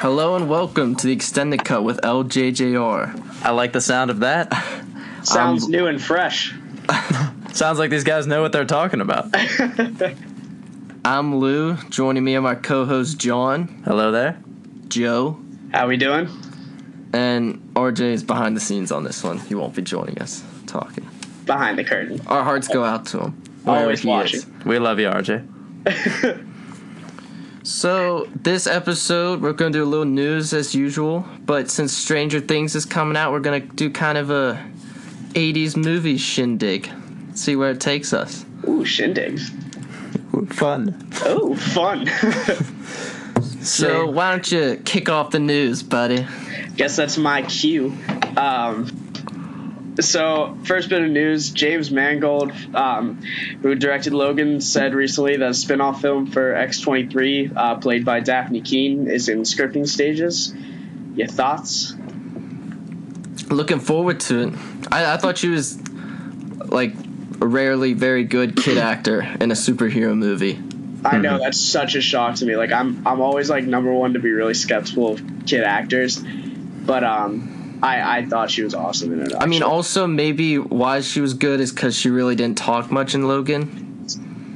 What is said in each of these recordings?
Hello and welcome to the Extended Cut with LJJR. I like the sound of that. Sounds new and fresh. Sounds like these guys know what they're talking about. I'm Lou. Joining me are my co-hosts John, Hello there. Joe, How we doing? and RJ is behind the scenes on this one. He won't be joining us talking. Behind the curtain. Our hearts go out to him. wherever Always he watching. is. We love you, RJ. So this episode, we're gonna do a little news as usual. But since Stranger Things is coming out, we're gonna do kind of a '80s movie shindig. See where it takes us. Ooh, shindigs. Fun. Oh, fun. So why don't you kick off the news, buddy? Guess that's my cue. Um, so, first bit of news James Mangold, um, who directed Logan, said recently that a spin off film for X23, uh, played by Daphne Keene, is in scripting stages. Your thoughts? Looking forward to it. I, I thought she was like a rarely very good kid actor in a superhero movie. I Mm-hmm. know that's such a shock to me. Like I'm I'm always like number one to be really skeptical of kid actors, but um, I I thought she was awesome in it. I mean, actually. also maybe why she was good is because she really didn't talk much in Logan.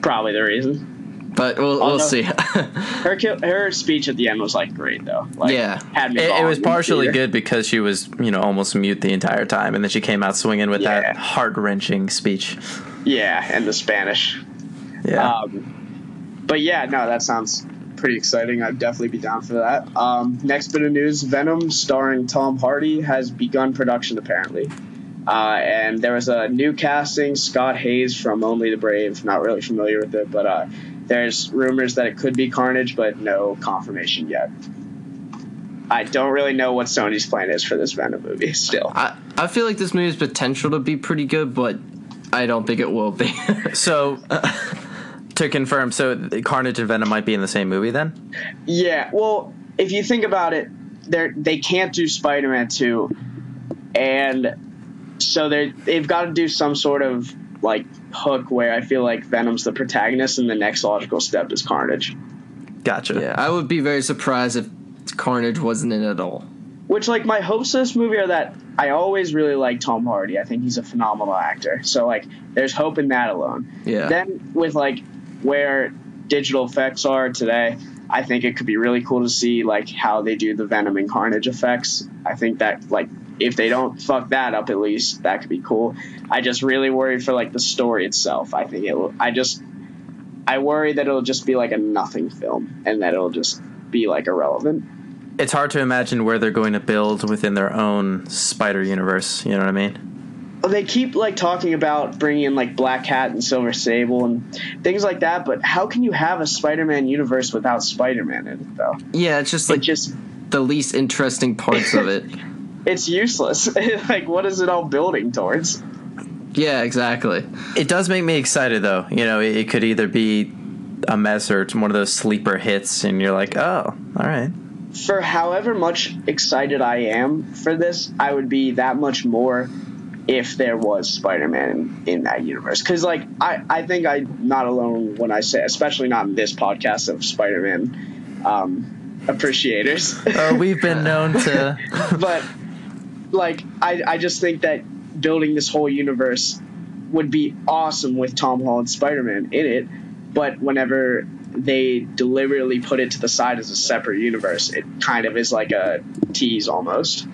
probably the reason. But we'll, we'll Oh, no. see. Her ki- her speech at the end was like great though. Like, Yeah. had me. It, it bawling was in the partially theater. good because she was, you know, almost mute the entire time, and then she came out swinging with Yeah. that heart wrenching speech. Yeah, and the Spanish. Yeah. Um, but yeah, no, that sounds pretty exciting. I'd definitely be down for that. Um, next bit of news: Venom, starring Tom Hardy, has begun production apparently. Uh, and there was a new casting, Scott Hayes from Only the Brave. Not really familiar with it, but uh, there's rumors that it could be Carnage, but no confirmation yet. I don't really know what Sony's plan is for this Venom movie still. I, I feel like this movie's potential to be pretty good, but I don't think it will be. so, to confirm, so Carnage and Venom might be in the same movie then? Yeah, well, if you think about it, they they can't do Spider-Man two, and so they they've got to do some sort of like hook where I feel like Venom's the protagonist, and the next logical step is Carnage, Gotcha. yeah, I would be very surprised if Carnage wasn't in it at all. which like my hopes for this movie are that I always really like Tom Hardy. I think he's a phenomenal actor. So like, there's hope in that alone. Yeah. Then with like where digital effects are today, I think it could be really cool to see like how they do the Venom and Carnage effects. I think that like if they don't fuck that up at least that could be cool. I just really worry for like the story itself. I think it will I just I worry that it'll just be like a nothing film and that it'll just be like irrelevant. It's hard to imagine where they're going to build within their own Spider Universe. You know what I mean? Well, they keep like talking about bringing in like Black Hat and Silver Sable and things like that, but how can you have a Spider-Man universe without Spider-Man in it though? Yeah, it's just It like just the least interesting parts of it. it's useless. like what is it all building towards? Yeah, exactly. It does make me excited though. You know, it, it could either be a mess or it's one of those sleeper hits, and you're like, oh, all right. For however much excited I am for this, I would be that much more if there was Spider-Man in, in that universe. Cuz like I I think I'm not alone when I say especially not in this podcast of Spider-Man um appreciators. Oh, we've been known to. but like I, I just think that building this whole universe would be awesome with Tom Holland Spider-Man in it but whenever they deliberately put it to the side as a separate universe it kind of is like a tease almost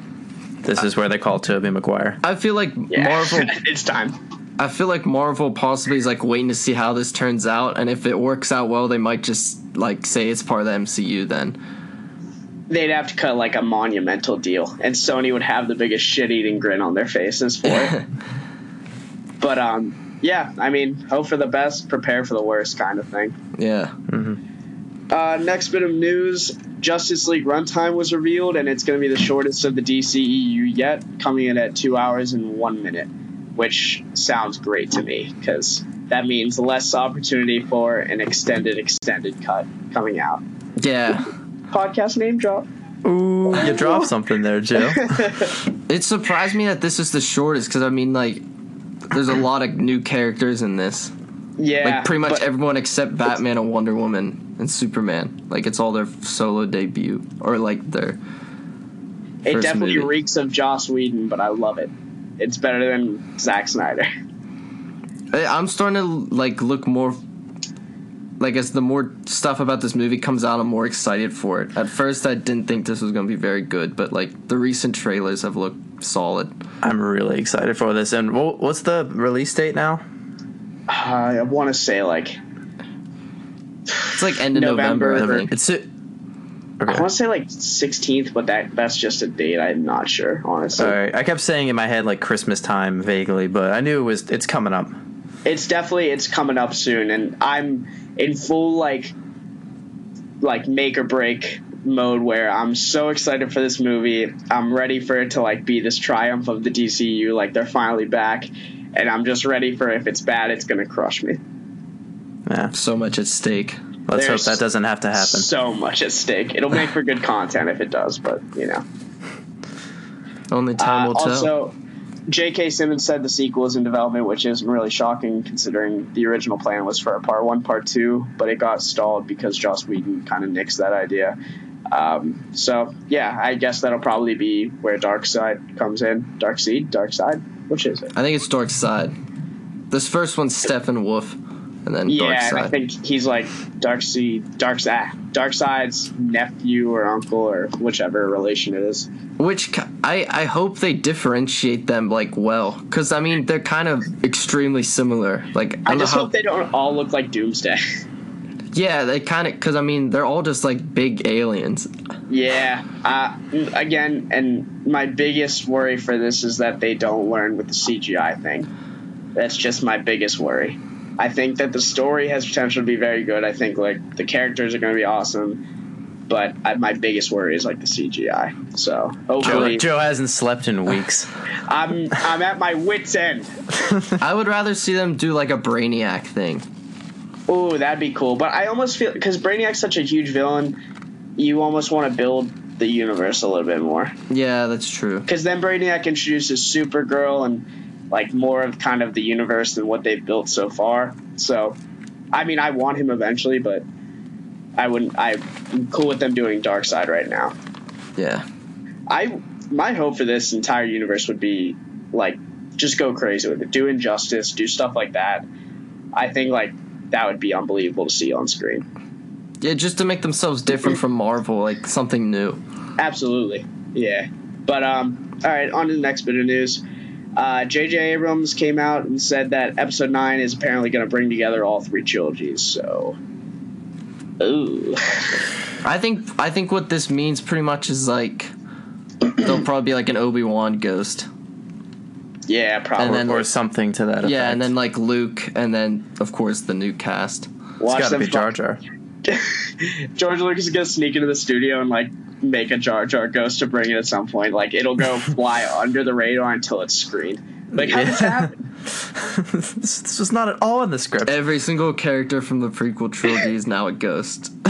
This is where they call Toby Maguire. I feel like yeah Marvel it's time I feel like Marvel possibly is like waiting to see how this turns out, and if it works out well, they might just like say it's part of the MCU. Then they'd have to cut like a monumental deal and Sony would have the biggest shit-eating grin on their faces for it but um yeah I mean hope for the best prepare for the worst kind of thing yeah, Hmm. Uh, next bit of news Justice League runtime was revealed, and it's going to be the shortest of the DCEU yet, coming in at two hours and one minute, which sounds great to me because that means less opportunity for an extended, extended cut coming out. yeah. Podcast name drop. Ooh, you dropped something there, Joe. It surprised me that this is the shortest because I mean like there's a lot of new characters in this. Yeah. Like pretty much but everyone except Batman and Wonder Woman and Superman. Like it's all their solo debut or like their It First definitely movie. reeks of Joss Whedon, but I love it. It's better than Zack Snyder. I- I'm starting to like look more. Like as the more stuff about this movie comes out, I'm more excited for it. At first, I didn't think this was going to be very good, but like the recent trailers have looked solid. I'm really excited for this. And wha- what's the release date now? I want to say like It's like end of November, November. I think. It's it. I want to say like 16th, but that that's just a date. I'm not sure, honestly. All right. I kept saying in my head like Christmas time vaguely, but I knew it was. It's coming up. It's definitely it's coming up soon, and I'm in full like like make or break mode where I'm so excited for this movie. I'm ready for it to like be this triumph of the DCU, like they're finally back, and I'm just ready for if it's bad, it's gonna crush me. Yeah. So much at stake. Let's There's hope that doesn't have to happen. So much at stake. It'll make for good content if it does, but you know. Only time Uh, will tell. also, J.K. Simmons said the sequel is in development, which isn't really shocking considering the original plan was for a part one, part two, but it got stalled because Joss Whedon kind of nixed that idea. Um, so yeah, I guess that'll probably be where Dark Side comes in. Dark Seed, Dark Side, which is it? I think it's Dark Side. This first one's Steppenwolf, and then Dark Yeah, and I Side. think he's like Dark Seed, Dark Side, Dark Side's nephew or uncle or whichever relation it is. Which ki- I I hope they differentiate them like well, because I mean they're kind of extremely similar. Like I, I don't just know how, hope they don't all look like Doomsday. yeah, they kind of because I mean they're all just like big aliens. Yeah. Uh, again, and my biggest worry for this is that they don't learn with the CGI thing. That's just my biggest worry. I think that the story has potential to be very good. I think like the characters are going to be awesome, but I, my biggest worry is like the CGI. So Joe, hopefully, Joe hasn't slept in weeks. I'm I'm at my wits end. I would rather see them do like a Brainiac thing. Ooh, that'd be cool. But I almost feel because Brainiac's such a huge villain, you almost want to build the universe a little bit more. Yeah, that's true. because then Brainiac introduces Supergirl and like more of kind of the universe than what they've built so far. So, I mean, I want him eventually, but I wouldn't. I'm cool with them doing Darkseid right now. Yeah, I my hope for this entire universe would be like just go crazy with it, do injustice, do stuff like that. I think like that would be unbelievable to see on screen. yeah, just to make themselves different from Marvel, like something new. Absolutely, yeah. But um, all right, on to the next bit of news. uh, J.J. Abrams came out and said that Episode Nine is apparently going to bring together all three trilogies. So, ooh, I think I think what this means pretty much is like they'll probably be like an Obi Wan ghost. yeah, probably. And then- or something to that effect. Yeah, and then like Luke, and then of course the new cast. it's Watch got to them be fuck- Jar Jar. George Lucas is going to sneak into the studio and like make a Jar Jar ghost to bring it at some point. Like it'll go fly under the radar until it's screened. Like how does that happen? this, this was not at all in the script. Every single character from the prequel trilogy is now a ghost.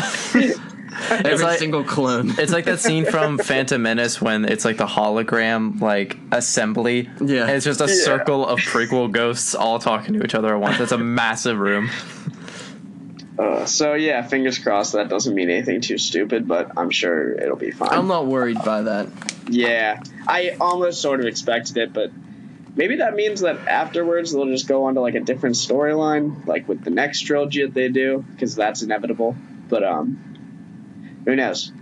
Every like- single clone. It's like that scene from Phantom Menace when it's like the hologram like assembly. Yeah. And it's just a Yeah. circle of prequel ghosts all talking to each other at once. It's a massive room. Uh, so yeah, fingers crossed that doesn't mean anything too stupid, but I'm sure it'll be fine. I'm not worried by that. Yeah, I almost sort of expected it, but maybe that means that afterwards they'll just go on to like a different storyline, like with the next trilogy that they do, because that's inevitable. But um, who knows?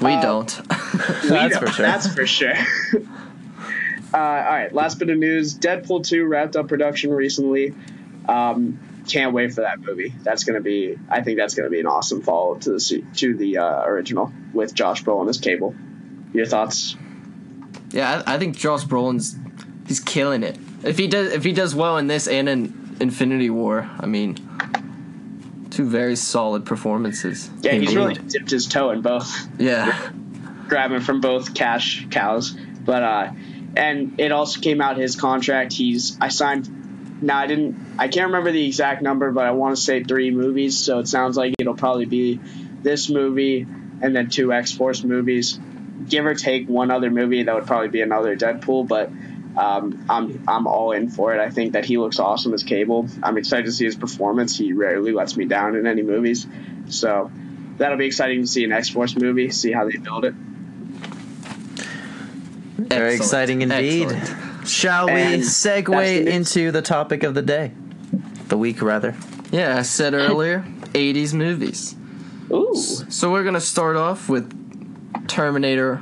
We Uh, don't. We That's don't- for sure. That's for sure. uh, all right, last bit of news: Deadpool two wrapped up production recently. Um, can't wait for that movie. That's gonna be. I think that's gonna be an awesome follow up to the se- to the uh, original with Josh Brolin as Cable. Your thoughts? yeah, I, I think Josh Brolin's he's killing it. If he does if he does well in this and in Infinity War, I mean two very solid performances. Yeah, he's Indeed. really dipped his toe in both, Yeah. grabbing from both cash cows. But uh, and it also came out his contract. He's I signed. Now I didn't. I can't remember the exact number, but I want to say three movies. So it sounds like it'll probably be this movie and then two X Force movies, give or take one other movie. That would probably be another Deadpool, but. Um, I'm I'm all in for it. I think that he looks awesome as Cable. I'm excited to see his performance. He rarely lets me down in any movies, so that'll be exciting to see an X Force movie. See how they build it. Very Excellent. exciting indeed. Excellent. Shall we And that's the segue news. into the topic of the day? The week, rather. Yeah, I said earlier, 80s movies. Ooh, So we're gonna start off with Terminator,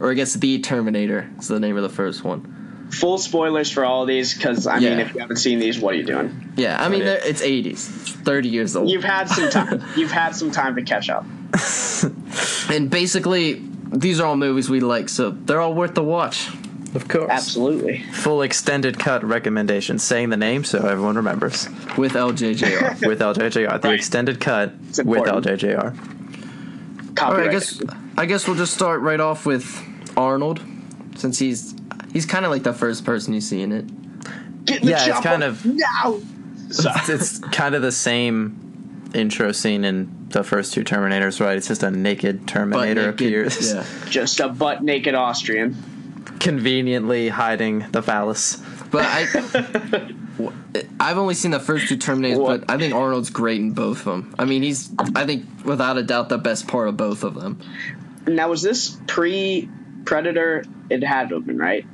or I guess the Terminator is the name of the first one. full spoilers for all these because I mean, Yeah. if you haven't seen these, what are you doing? Yeah, I mean yeah. they're- it's 80s, 30 years old, You've had some time. You've had some time to catch up. and basically these are all movies we like, so they're all worth the watch. Of course. Absolutely. Full extended cut recommendation, saying the name so everyone remembers. With LJJR. With LJJR. The Right. extended cut It's with important. LJJR. all right, Copyright. I guess I guess we'll just start right off with Arnold, since he's he's kind of like the first person you see in it. Get in the Yeah, it's chopper kind of- now. Sorry. It's kind of the same intro scene in the first two Terminators, right? It's just a naked Butt Terminator naked, appears, Yeah. Just a butt naked Austrian. conveniently hiding the phallus. But I, I've only seen the first two Terminators, What? but I think Arnold's great in both of them. I mean, he's, I think, without a doubt, the best part of both of them. Now, was this pre Predator? It had to have been, right?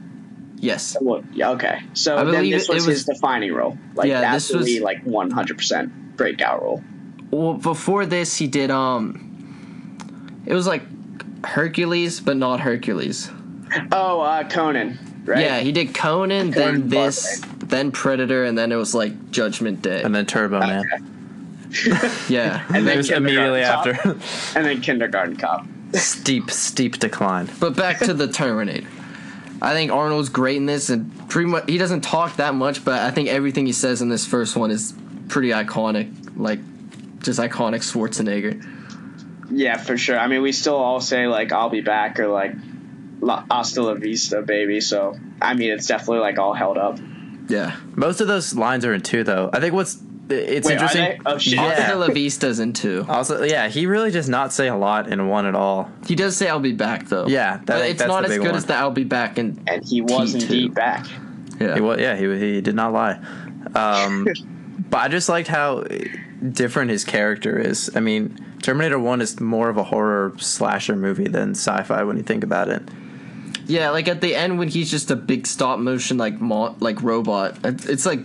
Yes. Well, yeah, okay. So I then believe this it- it was, his was- defining role. Like, Yeah, that's this was- the like 100% breakout role. Well, before this, he did um, it was like Hercules, but not Hercules. Oh, uh, Conan, right? Yeah, he did Conan, Conan then this, then Predator, and then it was like Judgment Day. And then Turbo Man. yeah. It then was Kindergarten immediately Cop. after. and then Kindergarten Cop. steep, steep decline. But back to the Terminator. I think Arnold's great in this, and pretty much he doesn't talk that much, but I think everything he says in this first one is pretty iconic, like just iconic Schwarzenegger. Yeah, for sure. I mean, we still all say, like, I'll be back or, like, La- hasta la vista, baby. So, I mean, it's definitely, like, all held up. Yeah. Most of those lines are in two, though. I think what's it's Wait, are interesting. they? Oh, shit. Hasta Yeah. La Vista's in two. Also, yeah, he really does not say a lot in one at all. He does say I'll be back though. Yeah, that- but it's that's not the as big good one. as the I'll be back and And he was T2. indeed back. yeah. He was, yeah, he he did not lie. Um, but I just liked how different his character is. I mean, Terminator One is more of a horror slasher movie than sci-fi when you think about it. Yeah, like at the end when he's just a big stop motion like mo- like robot. It- It's like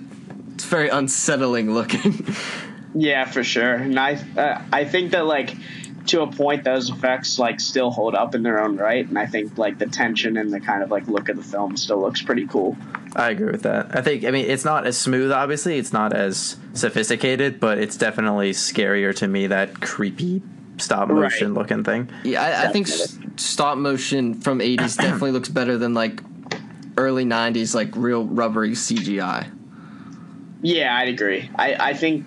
it's very unsettling looking. Yeah, for sure. And I, uh, I think that like to a point, those effects like still hold up in their own right, and I think like the tension and the kind of like look of the film still looks pretty cool. I agree with that. I think I mean it's not as smooth. Obviously, it's not as sophisticated, but it's definitely scarier to me that creepy stop Right. motion looking thing. Yeah, I, I think s- Definitely. stop motion from '80s definitely looks better than like early '90s, like real rubbery CGI. Yeah, I'd agree. I, I think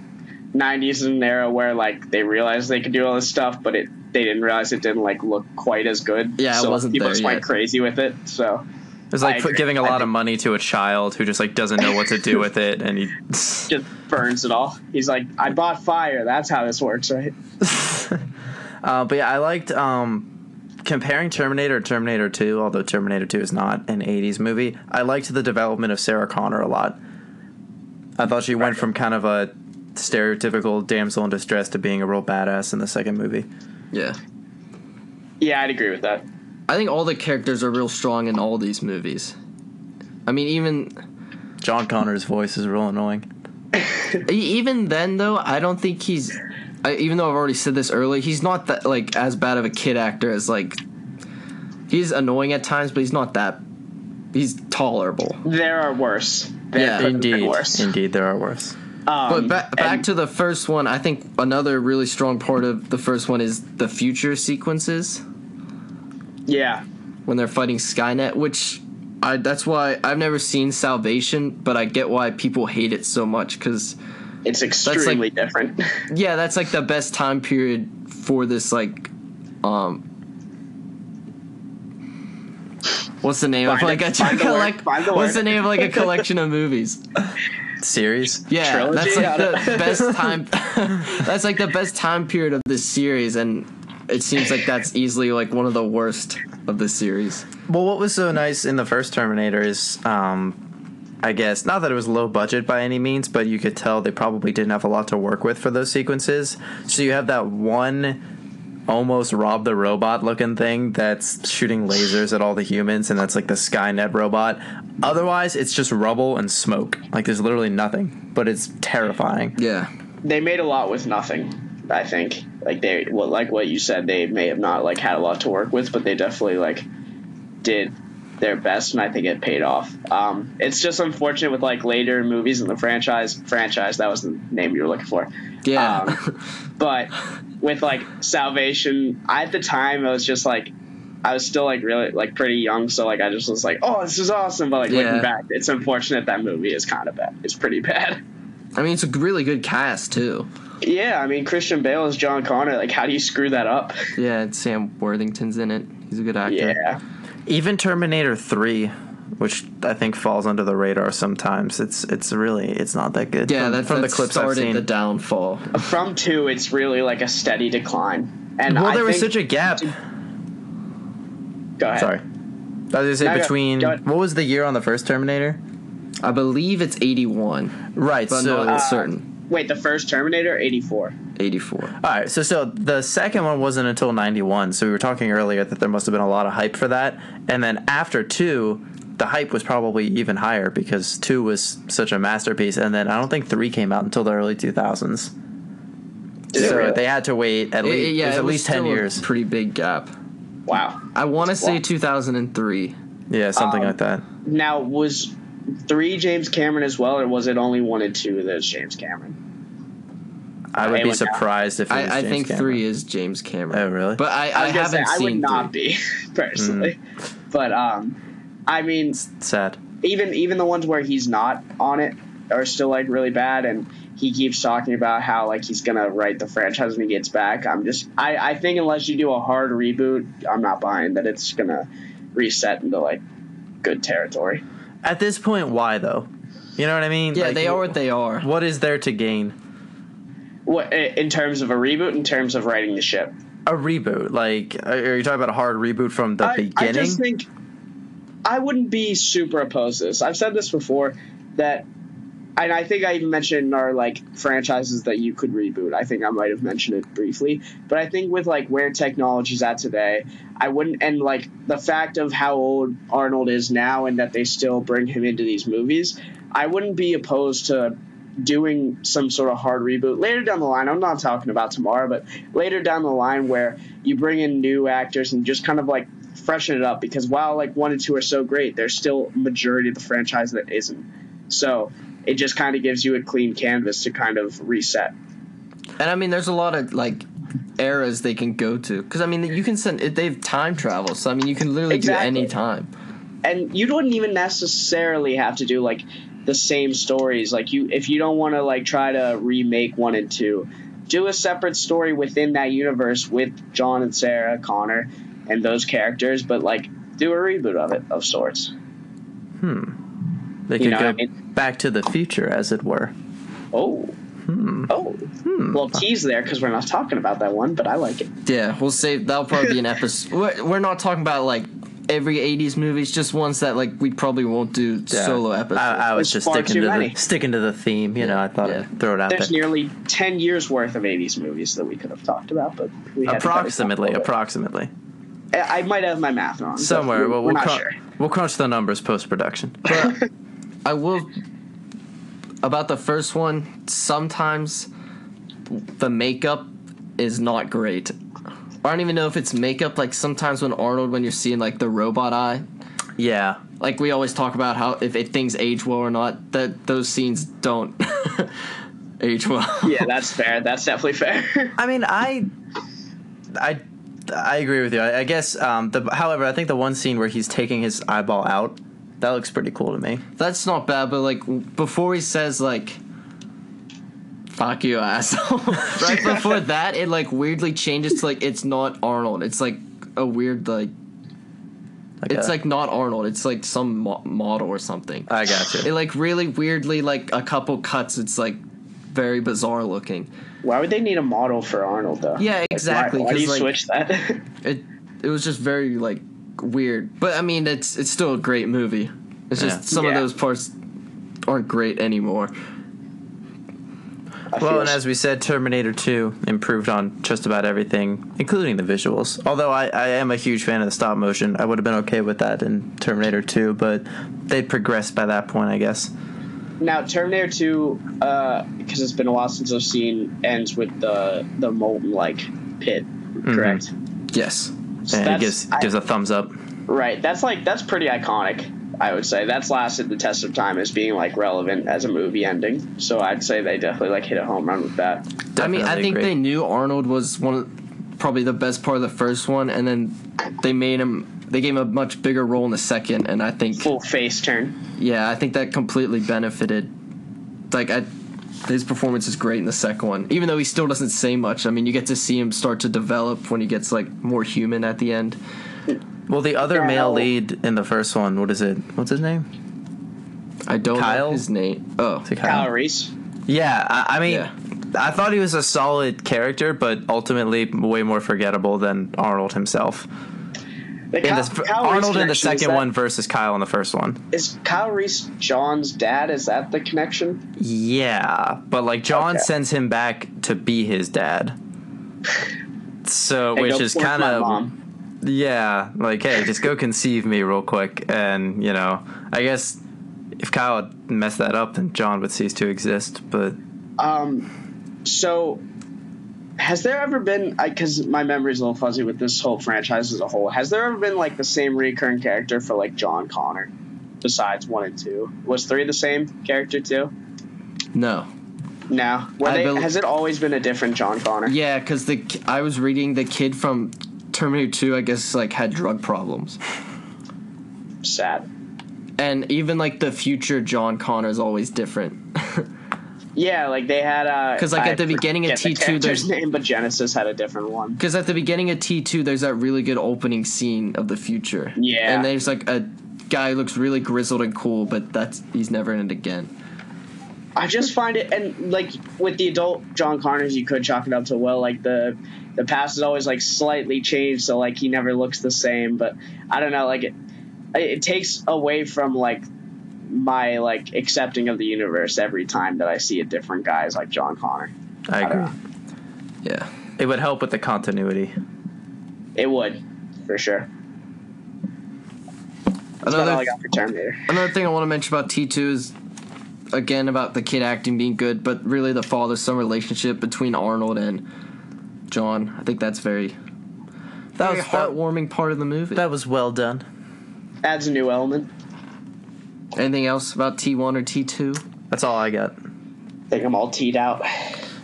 '90s is an era where like they realized they could do all this stuff, but it they didn't realize it didn't like look quite as good. Yeah, it so wasn't people there just went yet. crazy with it. So It's like I put- agree. giving a I lot of think- money to a child who just like doesn't know what to do with it, and he. just burns it all. He's like, I bought fire. That's how this works, right? Uh, but yeah, I liked um, comparing Terminator to Terminator Two, although Terminator Two is not an '80s movie. I liked the development of Sarah Connor a lot. I thought she went from kind of a stereotypical damsel in distress to being a real badass in the second movie. Yeah, Yeah, I'd agree with that. I think all the characters are real strong in all these movies. I mean, even John Connor's voice is real annoying. e- even then though, I don't think he's. I, even though I've already said this earlier, he's not that like as bad of a kid actor as like. He's annoying at times, but he's not that. He's tolerable. There are worse. There Yeah. could have been Indeed, worse. indeed, there are worse. But Um, ba- back and- to the first one, I think another really strong part of the first one is the future sequences yeah, when they're fighting Skynet, which I that's why I've never seen Salvation, but I get why people hate it so much cuz it's extremely different. yeah, that's like the best time period for this like um What's the name of Find like it- a find the word, like find the what's the word. name of like a collection of movies? Series. Yeah, trilogy? that's I like don't the best time. that's like the best time period of this series, and it seems like that's easily like one of the worst of the series. Well, what was so nice in the first Terminator is, um, I guess, not that it was low budget by any means, but you could tell they probably didn't have a lot to work with for those sequences. So you have that one almost Rob the Robot looking thing that's shooting lasers at all the humans, and that's like the Skynet robot. Otherwise, it's just rubble and smoke. Like, there's literally nothing, but it's terrifying. Yeah. they made a lot with nothing. I think like they what like what you said they may have not like had a lot to work with, but they definitely like did their best, and I think it paid off. Um, it's just unfortunate with like later movies in the franchise franchise that was the name you were looking for. Yeah. Um, but with like salvation I, at the time i was just like i was still like really like pretty young so like i just was like oh this is awesome but like Yeah. looking back it's unfortunate that movie is kind of bad it's pretty bad I mean, it's a really good cast too. yeah i mean christian bale is john connor like how do you screw that up Yeah, and Sam Worthington's in it. He's a good actor. yeah Even Terminator 3, which I think falls under the radar sometimes, it's it's really it's not that good. Yeah, from, that, from that the clips started I've seen. the downfall. from two it's really like a steady decline and well, I there was think- such a gap. go ahead Sorry. I was gonna No, say go- between go ahead. what was the year on the first Terminator? I believe it's 81, Right. but so uh, not certain. wait the first terminator 84 84. all right. So so the second one wasn't until ninety one. So we were talking earlier that there must have been a lot of hype for that, and then after two, the hype was probably even higher because two was such a masterpiece, and then I don't think three came out until the early two thousands. it So really? they had to wait at It- least it- it was it at was least ten still a years. Pretty big gap. wow I want to say Wow. 2003. Yeah, something Um, like that. now was three james cameron as well or was it only one and two that's james cameron I would I be would not- surprised if it was I, I James think Cameron. three is James Cameron. Oh, really? But I, I, I, was gonna haven't say, I seen. would not three. Mm. be personally, but um, I mean, sad. even even the ones where he's not on it are still like really bad, and he keeps talking about how like he's gonna write the franchise when he gets back. I'm just, I I think unless you do a hard reboot, I'm not buying that it's gonna reset into like good territory. At this point, why though? You know what I mean? Yeah, Like, they are what they are. What is there to gain? What i- in terms of a reboot, in terms of writing the ship, A reboot? Like, are you talking about a hard reboot from the I, beginning? I just think I wouldn't be super opposed to this. I've said this before that, and I think I even mentioned our like franchises that you could reboot. I think I might have mentioned it briefly, but I think with like where technology's at today, I wouldn't. And like the fact of how old Arnold is now, and that they still bring him into these movies, I wouldn't be opposed to doing some sort of hard reboot later down the line. I'm not talking about tomorrow, but later down the line where you bring in new actors and just kind of like freshen it up because while like one and two are so great, there's still a majority of the franchise that isn't. So it just kind of gives you a clean canvas to kind of reset. And I mean, there's a lot of like eras they can go to because I mean, you can send. They have time travel, so I mean, you can literally Exactly. do any time. and you wouldn't even necessarily have to do like the same stories like you if you don't want to like try to remake one and two do a separate story within that universe with john and sarah connor and those characters but like do a reboot of it of sorts they you could know, go I mean- back to the future, as it were. oh Hmm. oh well tease there because we're not talking about that one but i like it Yeah, we'll save. That'll probably be an episode. We're, we're not talking about like every '80s movies, just ones that like we probably won't do Yeah. solo episodes. I, I was There's just far sticking too to many. the sticking to the theme. You know, I thought Yeah. I'd throw it out there's there. nearly 10 years worth of 80s movies that we could have talked about but we had to cut it down a approximately, little bit. approximately i I might have my math wrong but we're, somewhere. Well, we're we'll not crunch, sure we'll crunch the numbers post production. but I will about the first one. Sometimes the makeup is not great. I don't even know if it's makeup. Like sometimes when Arnold, when you're seeing like the robot eye, Yeah, like we always talk about how if it, things age well or not. That those scenes don't age well. yeah that's fair that's definitely fair I mean, I, I, I agree with you. I, I guess. Um, the however, I think the one scene where he's taking his eyeball out, that looks pretty cool to me. That's not bad, but like w- before he says like fuck you asshole. right before that it like weirdly changes to like it's not Arnold. It's like a weird like it's a- like not Arnold. It's like some mo- model or something. I got you. It like really weirdly like a couple cuts it's like very bizarre looking. Why would they need a model for Arnold though? Yeah, Like, why- exactly, Why, do 'cause, you like- switch that? It it was just very like weird, but I mean it's it's still a great movie. It's Yeah. just some of Yeah. those parts aren't great anymore. I Well, feel and as we said, Terminator 2 improved on just about everything, including the visuals. Although I, I am a huge fan of the stop motion. I would have been okay with that in Terminator 2, but they'd progressed by that point, I guess. Now, Terminator 2, because it's been a while since I've seen, ends with the the molten like pit, correct? Yes. So Mm-hmm. And it that's- gives, I- gives a thumbs up. right. That's like that's pretty iconic. I would say that's lasted the test of time as being like relevant as a movie ending. So I'd say they definitely like hit a home run with that. I mean, I Definitely think agree. they knew Arnold was one of probably the best part of the first one, and then they made him. They gave him a much bigger role in the second, and I think Full face turn. yeah, I think that completely benefited. Like, I, his performance is great in the second one, even though he still doesn't say much. I mean, you get to see him start to develop when he gets like more human at the end. Well, the other Now- male lead in the first one, what is it? What's his name? I don't know Kyle? his name. Oh, Is it Kyle? Calories. Yeah, I, I mean, Yeah. I thought he was a solid character, but ultimately way more forgettable than Arnold himself. The In Cal- this, Kyle Reese Arnold in connection, the is second that- one versus Kyle in the first one. is Kyle Reese John's dad. Is that the connection? Yeah, but like John Okay. sends him back to be his dad. So, Hey, go which is force my kind of mom. yeah, like hey, just go conceive me real quick, and you know, I guess if Kyle had messed that up, then John would cease to exist. But So, has there ever been? Because my memory's a little fuzzy with this whole franchise as a whole. Has there ever been like the same recurring character for like John Connor? Besides one and two, was three the same character too? no. No. Were I they, bel- has it always been a different John Connor? Yeah, because the ki- I was reading the kid from Terminator Two. I guess like had drug problems, Sad. and even like the future John Connor is always different. Yeah, like they had uh, a. 'Cause, like, at the beginning of T2, there's there's- name, but Genesis had a different one. Because at the beginning of T two, there's that really good opening scene of the future. Yeah. and there's like a guy who looks really grizzled and cool, but that's he's never in it again. I just find it, and like with the adult John Connors, you could chalk it up to well, like the the past is always like slightly changed, so like he never looks the same. But I don't know, like it, it takes away from like my like accepting of the universe every time that I see a different guy is like John Connor. I agree, Yeah, it would help with the continuity. It would, for sure. That's about all I another got for Terminator. another thing I want to mention about T two is again about the kid acting being good, but really the father son relationship between Arnold and John. I think that's very that was was- a heartwarming part of the movie. That was well done. Adds a new element. Anything else about T one or T two? That's all I got. I think I'm all teed out.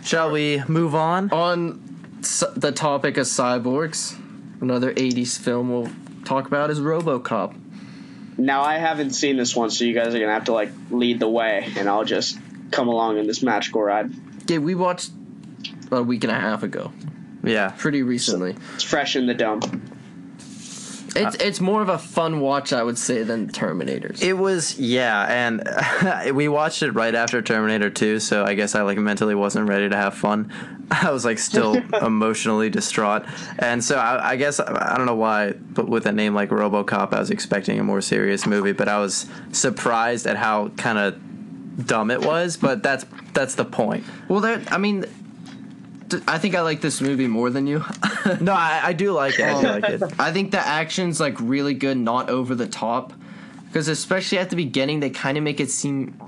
Shall we move on? On s- the topic of cyborgs, another '80s film we'll talk about is RoboCop. Now I haven't seen this one, so you guys are gonna have to like lead the way, and I'll just come along in this magical ride. Yeah, we watched about a week and a half ago, Yeah. pretty recently. It's fresh in the dome. It's it's more of a fun watch, I would say, than Terminators. It was yeah, and we watched it right after Terminator 2, so I guess I like mentally wasn't ready to have fun. I was like still emotionally distraught, and so I, I guess I don't know why, but with a name like RoboCop, I was expecting a more serious movie, but I was surprised at how kind of dumb it was. But that's that's the point. well, that I mean, th- I think I like this movie more than you. No, I, I do like it. I do like it. I think the action's like really good, not over the top. Because especially at the beginning, they kind of make it seem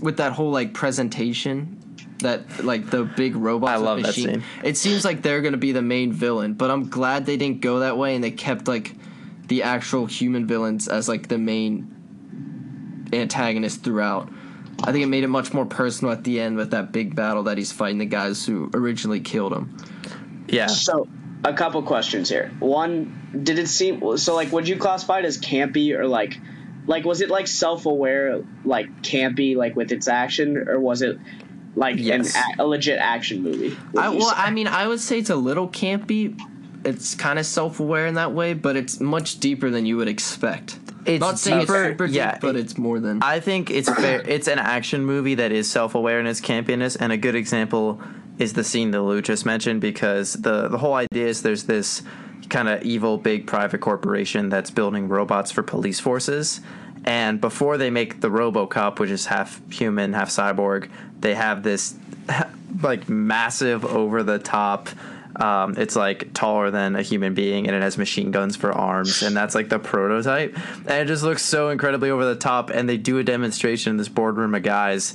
with that whole like presentation that like the big robot. I love that machine, scene. It seems like they're gonna be the main villain, but I'm glad they didn't go that way and they kept like the actual human villains as like the main antagonist throughout. I think it made it much more personal at the end with that big battle that he's fighting the guys who originally killed him. Yeah. So, a couple questions here. One, did it seem so? Like, would you classify it as campy or like, like was it like self-aware, like campy, like with its action, or was it like Yes. an, a, a legit action movie? would I, you well, say? I mean, I would say it's a little campy. It's kind of self-aware in that way, but it's much deeper than you would expect. It's Not saying it's deeper- super deep, yeah, but it's more than. I think it's fair. It's an action movie that is self aware in its campiness, and a good example is the scene that Lou just mentioned because the the whole idea is there's this kind of evil big private corporation that's building robots for police forces. And before they make the RoboCop, which is half human, half cyborg, they have this like massive, over the top. Um, it's like taller than a human being, and it has machine guns for arms, and that's like the prototype. And it just looks so incredibly over the top. And they do a demonstration in this boardroom of guys,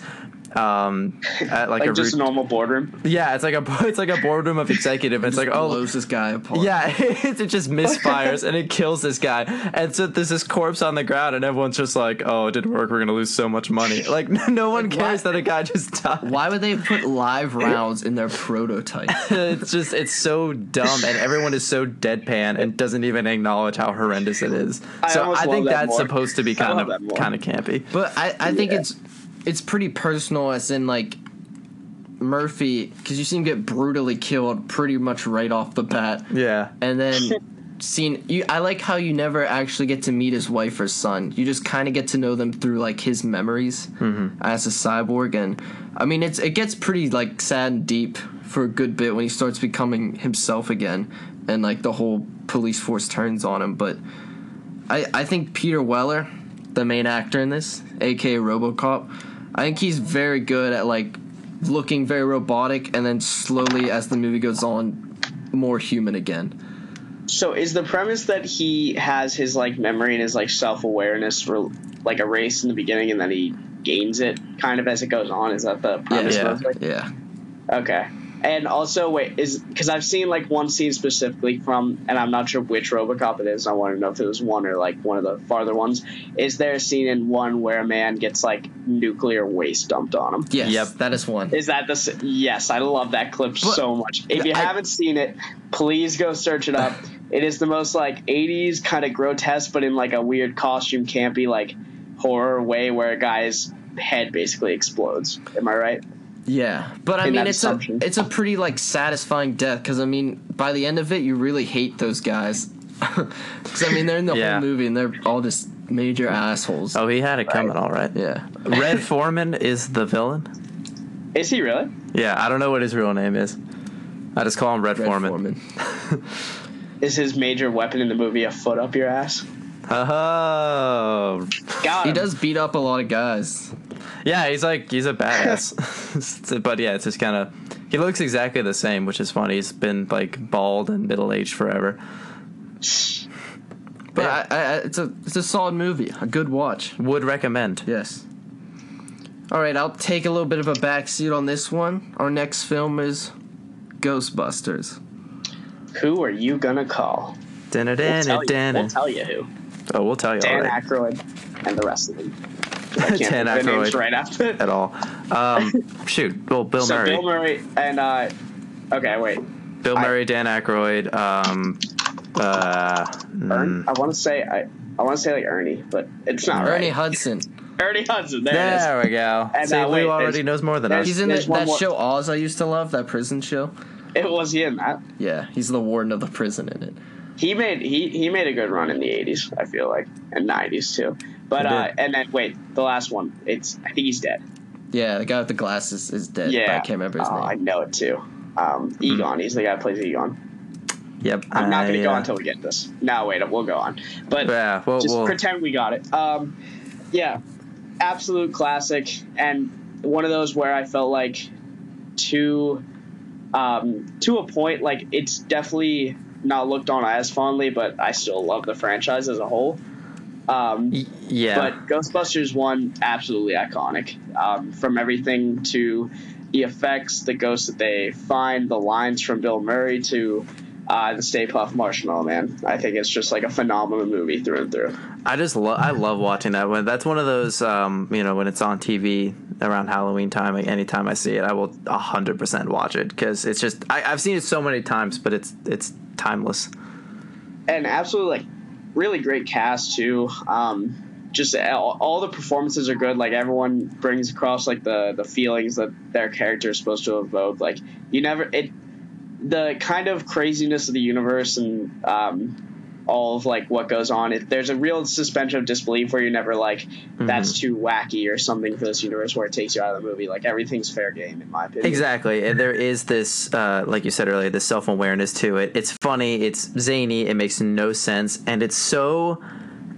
um, at like, like a just a root- normal boardroom. yeah, it's like a it's like a boardroom of executive. It's like oh, blows this guy apart. yeah, it just misfires and it kills this guy. And so there's this corpse on the ground, and everyone's just like, "Oh, it didn't work. We're gonna lose so much money." Like no one cares that a guy just died. Why would they put live rounds in their prototype? it's just it's so dumb, and everyone is so deadpan and doesn't even acknowledge how horrendous it is. I so almost I think love that that's more. supposed to be I kind love of that more. kind of campy. But I, I think Yeah. it's it's pretty personal, as in like Murphy, because you see him get brutally killed pretty much right off the bat, Yeah, and then seen you. I like how you never actually get to meet his wife or son. You just kind of get to know them through like his memories as a cyborg, and I mean it's it gets pretty like sad and deep for a good bit when he starts becoming himself again, and like the whole police force turns on him, but. I, I think Peter Weller, the main actor in this, aka RoboCop, I think he's very good at like looking very robotic and then slowly as the movie goes on, more human again. So is the premise that he has his like memory and his like self awareness for like a race in the beginning and then he gains it kind of as it goes on? Is that the premise? Yeah. of it? Yeah. Okay. And also, wait, is because I've seen like one scene specifically from, and I'm not sure which RoboCop it is. I want to know if it was one or like one of the farther ones. Is there a scene in one where a man gets like nuclear waste dumped on him? Yes. Yep. That is one. Is that the? s- Yes, I love that clip so much. If you I- haven't seen it, please go search it up. it is the most like '80s kind of grotesque, but in like a weird costume, campy, like horror way where a guy's head basically explodes. Am I right? Yeah. But I In mean, that it's assumption. a it's a pretty like satisfying death because I mean, by the end of it, you really hate those guys. Because I mean, they're in the Yeah. whole movie and they're all just major assholes. oh, he had it coming, all right. Yeah. Red Foreman is the villain. Is he really? Yeah, I don't know what his real name is. I just call him Red, Red Foreman. Foreman. Is his major weapon in the movie a foot up your ass? Oh, Got He him. does beat up a lot of guys. Yeah, he's like he's a badass. but yeah, it's just kind of he looks exactly the same, which is funny. He's been like bald and middle aged forever. But I, I, I- it's a it's a solid movie, a good watch. Would recommend. Yes. All right, I'll take a little bit of a backseat on this one. Our next film is Ghostbusters. Who are you gonna call? Dun dun We'll dun tell, you. dun. We'll tell you who. Oh, we'll tell you all Dan right. Aykroyd and the rest of them. 'Cause I can't Dan think of their names Aykroyd. right after. at all. Um, shoot, well, Bill so Murray, Bill Bill, Murray and uh, okay, wait, I- Murray, Dan Aykroyd. Um, uh, Ern. mm, I want to say I, I want to say like Ernie, but it's not Ernie right. Hudson. Ernie Hudson. There, it is. there we go. And, See, uh, wait, Lou already there's- knows more than us. He's in the, There's one that more- show Oz I used to love, that prison show. It was he in that. Yeah, he's the warden of the prison in it. He made he he made a good run in the '80s. I feel like and '90s too. But He did. uh, and then wait, the last one. It's I think he's dead. Yeah, the guy with the glasses is dead. Yeah, but I can't remember his Oh, I name. know it too. Um, Egon. He's the guy who plays Egon. Yep. I'm not uh, going to go yeah. until we get this. No, wait, we'll go on. But Yeah, well, just we'll- pretend we got it. Um, yeah, absolute classic, and one of those where I felt like to um, to a point, like it's definitely not looked on as fondly, but I still love the franchise as a whole. Um, Y- yeah. but Ghostbusters one absolutely iconic. Um, from everything to the effects, the ghosts that they find, the lines from Bill Murray to uh, the Stay Puft Marshmallow Man. I think it's just like a phenomenal movie through and through. I just love I love watching that one. That's one of those um, you know when it's on TV around Halloween time. Like anytime I see it, I will hundred percent watch it because it's just I, I've seen it so many times, but it's it's timeless. And absolutely like really great cast too. Um, just all, all the performances are good. Like everyone brings across like the the feelings that their character is supposed to evoke. Like you never it the kind of craziness of the universe and um, all of like what goes on. It, there's a real suspension of disbelief where you're never like, that's too wacky or something for this universe where it takes you out of the movie. Like everything's fair game in my opinion. Exactly. And there is this, uh, like you said earlier, this self awareness to it. It's funny, it's zany, it makes no sense, and it's so.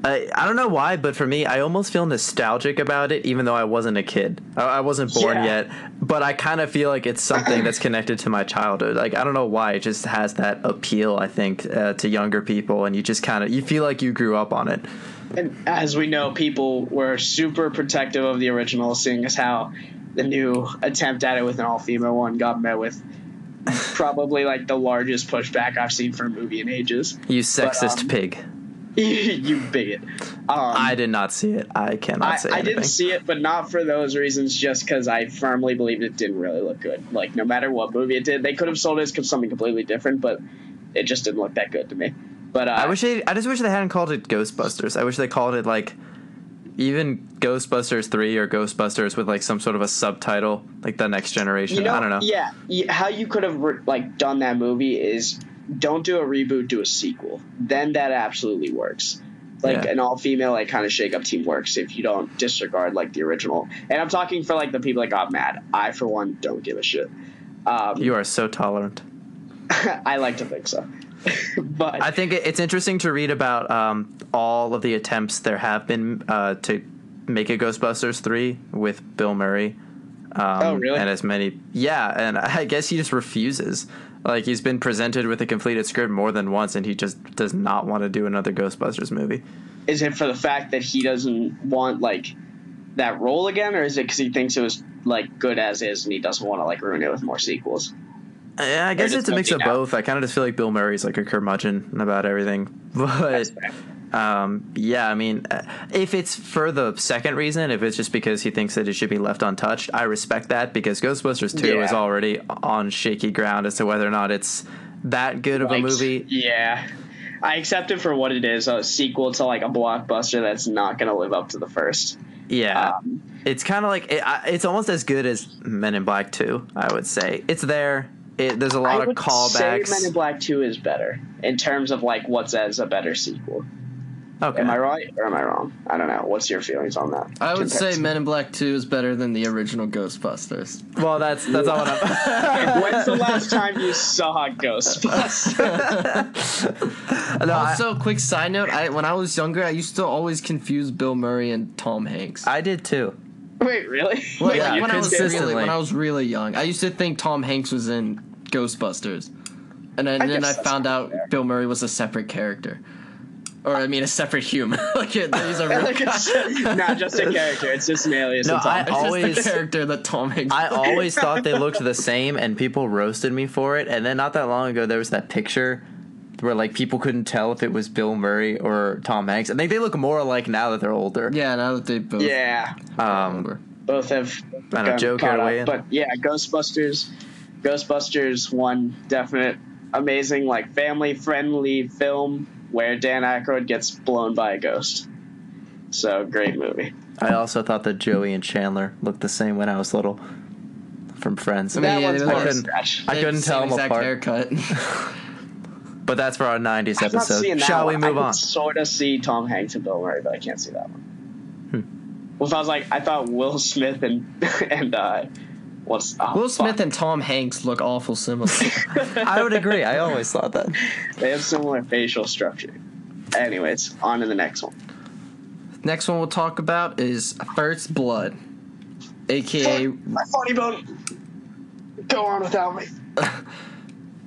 I I don't know why, but for me, I almost feel nostalgic about it, even though I wasn't a kid. I, I wasn't born Yeah. yet, but I kind of feel like it's something that's connected to my childhood. Like I don't know why, it just has that appeal. I think uh, to younger people, and you just kind of you feel like you grew up on it. And as we know, people were super protective of the original, seeing as how the new attempt at it with an all female one got met with probably like the largest pushback I've seen for a movie in ages. You sexist um, pig! you bigot. Um, I did not see it. I cannot I, say. I anything. didn't see it, but not for those reasons, just because I firmly believed it didn't really look good. Like, no matter what movie it did, they could have sold it as something completely different, but it just didn't look that good to me. But uh, I wish they, I just wish they hadn't called it Ghostbusters. I wish they called it like even Ghostbusters 3 or Ghostbusters with like some sort of a subtitle, like the next generation. I don't know. Yeah, y- how you could have re- like done that movie is don't do a reboot, do a sequel. Then that absolutely works. Like Yeah. an all-female like kind of shake-up team works if you don't disregard like the original. And I'm talking for like the people that got mad. I for one don't give a shit. Um, You are so tolerant. I like to think so, but I think it- it's interesting to read about um, all of the attempts there have been uh, to make a Ghostbusters 3 with Bill Murray. Um, Oh, really? And as many. Yeah, and I guess he just refuses. Like, he's been presented with a completed script more than once, and he just does not want to do another Ghostbusters movie. is it for the fact that he doesn't want like that role again, or is it because he thinks it was like good as is and he doesn't want to like ruin it with more sequels? Yeah, I guess just it's a mix of looking out. both. I kind of just feel like Bill Murray's like a curmudgeon about everything, but um, yeah, I mean, uh, if it's for the second reason, if it's just because he thinks that it should be left untouched, I respect that because Ghostbusters Two is Yeah. already on shaky ground as to whether or not it's that good of a Like, movie. Yeah. I accept it for what it is, a sequel to like a blockbuster that's not going to live up to the first. Yeah, Um, it's kind of like it, I- it's almost as good as Men in Black Two. I would say it's there. It, there's a I lot of would callbacks. Say Men in Black 2 is better in terms of like what's as a better sequel. okay, Am I right or am I wrong? I don't know. What's your feelings on that? I would say Comparison. Men in Black 2 is better than the original Ghostbusters. well, that's that's all. I'm, When's the last time you saw Ghostbusters? no, I- Also, quick side note: I, when I was younger, I used to always confuse Bill Murray and Tom Hanks. I did too. Wait, really? Well, Wait, yeah, you when I was really, consistently. when I was really young, I used to think Tom Hanks was in Ghostbusters, and then, I then guess I that's found out fair. Bill Murray was a separate character, or I mean, a separate human. like it- he's a real guy. not just a character. It's just an alias. No, it's all- I- It's Always- just the character that Tom Hanks. I always thought they looked the same, and people roasted me for it. And then not that long ago, there was that picture where like people couldn't tell if it was Bill Murray or Tom Hanks. I think they look more alike now that they're older. yeah, now that they both. yeah. Um, both have know, gotten Joe caught Carraway up. and- But yeah, Ghostbusters, Ghostbusters, one definite amazing, like family friendly film where Dan Aykroyd gets blown by a ghost. So great movie. I also thought that Joey and Chandler looked the same when I was little from Friends. I mean, that yeah, one's they more look- of a scratch. I They have couldn't the same tell them exact apart. Haircut. But that's for our '90s I'm not seeing episode. that Shall we one. move I on? Sort of see Tom Hanks and Bill Murray, but I can't see that one. Hmm. Well, if I was like, I thought Will Smith and and uh, what's oh, Will Smith fuck. and Tom Hanks look awful similar. I would agree. I always thought that. they have similar facial structure. Anyways, on to the next one. Next one we'll talk about is First Blood, aka my funny bone. Go on without me.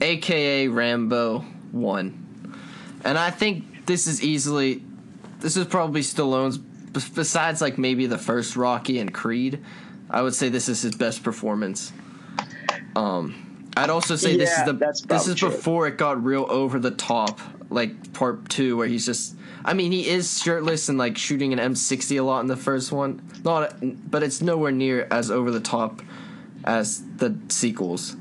aka Rambo 1. And I think this is easily this is probably Stallone's b- besides like maybe the first Rocky and Creed, I would say this is his best performance. Um I'd also say this is Yeah, the that's this is probably true. before it got real over the top like part 2 where he's just I mean he is shirtless and like shooting an M60 a lot in the first one. Not but it's nowhere near as over the top as the sequels.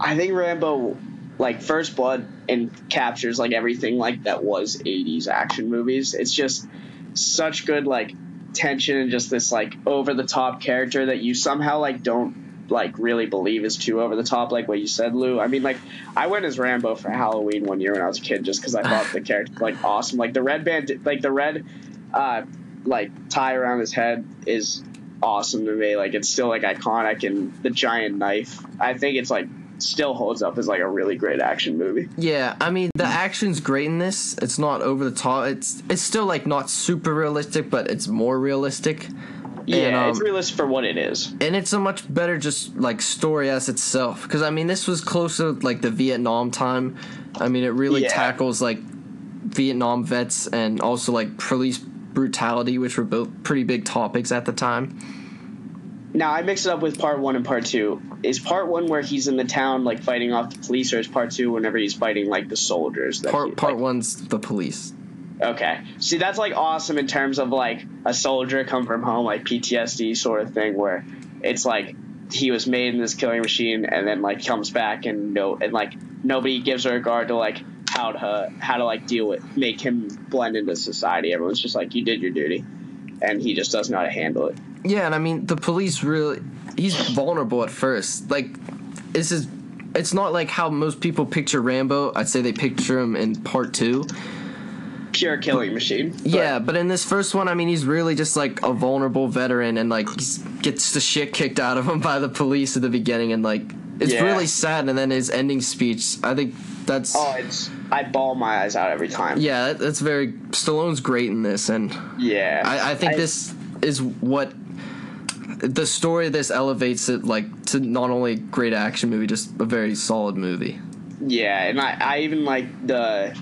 I think Rambo, like First Blood, and captures like everything like that was '80s action movies. It's just such good like tension and just this like over the top character that you somehow like don't like really believe is too over the top, like what you said, Lou. I mean, like I went as Rambo for Halloween one year when I was a kid, just because I thought the character was, like awesome. Like the red band, like the red, uh, like tie around his head is awesome to me. Like it's still like iconic, and the giant knife. I think it's like still holds up as like a really great action movie. Yeah, I mean the action's great in this. It's not over the top. It's it's still like not super realistic, but it's more realistic. Yeah, and, um, it's realistic for what it is. and it's a much better just like story as itself because i mean this was closer like the vietnam time i mean it really Yeah. tackles like vietnam vets and also like police brutality which were both pretty big topics at the time Now I mix it up with part one and part two. Is part one where he's in the town like fighting off the police, or is part two whenever he's fighting like the soldiers? That he- part part like- one's the police Okay. See, that's like awesome in terms of like a soldier come from home, like PTSD sort of thing, where it's like he was made in this killing machine, and then like comes back and no, and like nobody gives a regard to like how to how to like deal with make him blend into society. Everyone's just like, you did your duty, and he just doesn't know how to handle it. yeah and i mean the police really he's vulnerable at first like this is it's not like how most people picture rambo i'd say they picture him in part two Pure killing machine. but- Yeah, but in this first one, I mean, he's really just like a vulnerable veteran, and like he's, gets the shit kicked out of him by the police at the beginning, and like it's Yeah. really sad. And then his ending speech, I think that's Oh, it's I ball my eyes out every time. yeah, that, that's very Stallone's great in this, and Yeah. I, I think this is what the story of this elevates it like to not only a great action movie, just a very solid movie. Yeah, and I, I even like the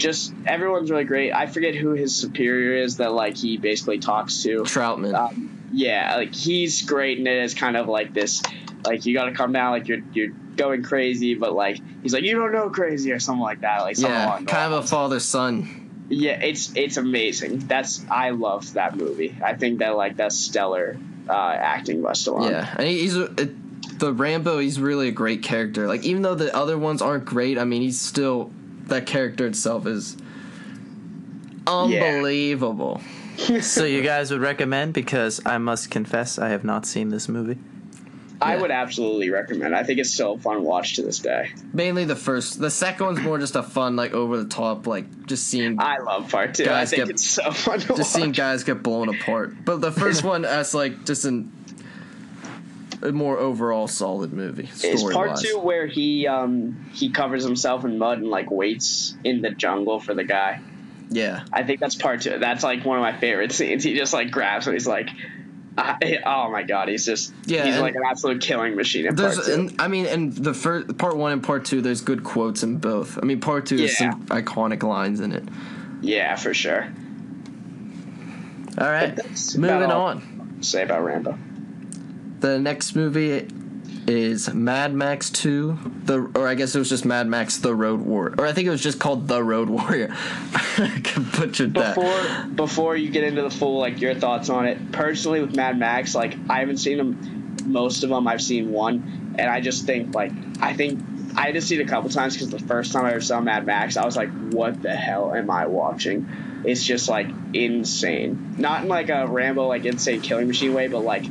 just everyone's really great. I forget who his superior is that like he basically talks to. Troutman, Um, yeah, like he's great in it as kind of like this like you gotta come down like you're you're going crazy, but like he's like you don't know crazy or something like that. Like something yeah, along the kind of a lines. father son. Yeah, it's it's amazing. That's I loved that movie. I think that like that's stellar uh, acting by Stallone. Yeah, and he, he's a, it, the Rambo. He's really a great character. Like even though the other ones aren't great, I mean he's still that character itself is unbelievable. So you guys would recommend because I must confess I have not seen this movie. I Yeah. would absolutely recommend. I think it's still a fun watch to this day. Mainly the first. The second one's more just a fun, like over the top, like just seeing I love part two. Guys, I think get- it's so fun to watch. just seeing guys get blown apart. But the first one as like just an a more overall solid movie. Is story part wise. two where he um he covers himself in mud and like waits in the jungle for the guy. Yeah. I think that's part two. That's like one of my favorite scenes. He just like grabs him. He's like, I, oh my god, he's just Yeah, he's and- like an absolute killing machine in part There's, two. and, I mean, and the first part one and part two, there's good quotes in both. I mean, part two has Yeah. some iconic lines in it. yeah, for sure. All right, That's moving about all on. I can Say about Rambo. The next movie is Mad Max Two. The or I guess it was just Mad Max: The Road Warrior, or I think it was just called The Road Warrior. I butchered that. Before before you get into the full like your thoughts on it, personally with Mad Max, like I haven't seen them most of them. I've seen one, and I just think like I think I just seen it a couple times because the first time I ever saw Mad Max, I was like, what the hell am I watching? It's just like insane. Not in like a Rambo like insane killing machine way, but like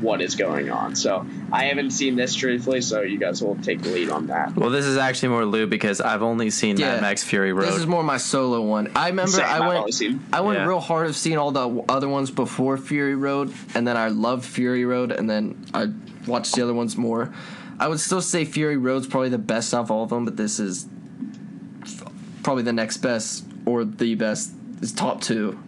what is going on? So I haven't seen this truthfully, so you guys will take the lead on that. Well, this is actually more Lou because I've only seen Yeah. Mad Max Fury Road. This is more my solo one. I remember Same, I've I only went seen- I went Yeah. real hard of seeing all the w- other ones before Fury Road, and then I loved Fury Road, and then I watched the other ones more. I would still say Fury Road's probably the best of all of them, but this is f- probably the next best or the best. It's top two.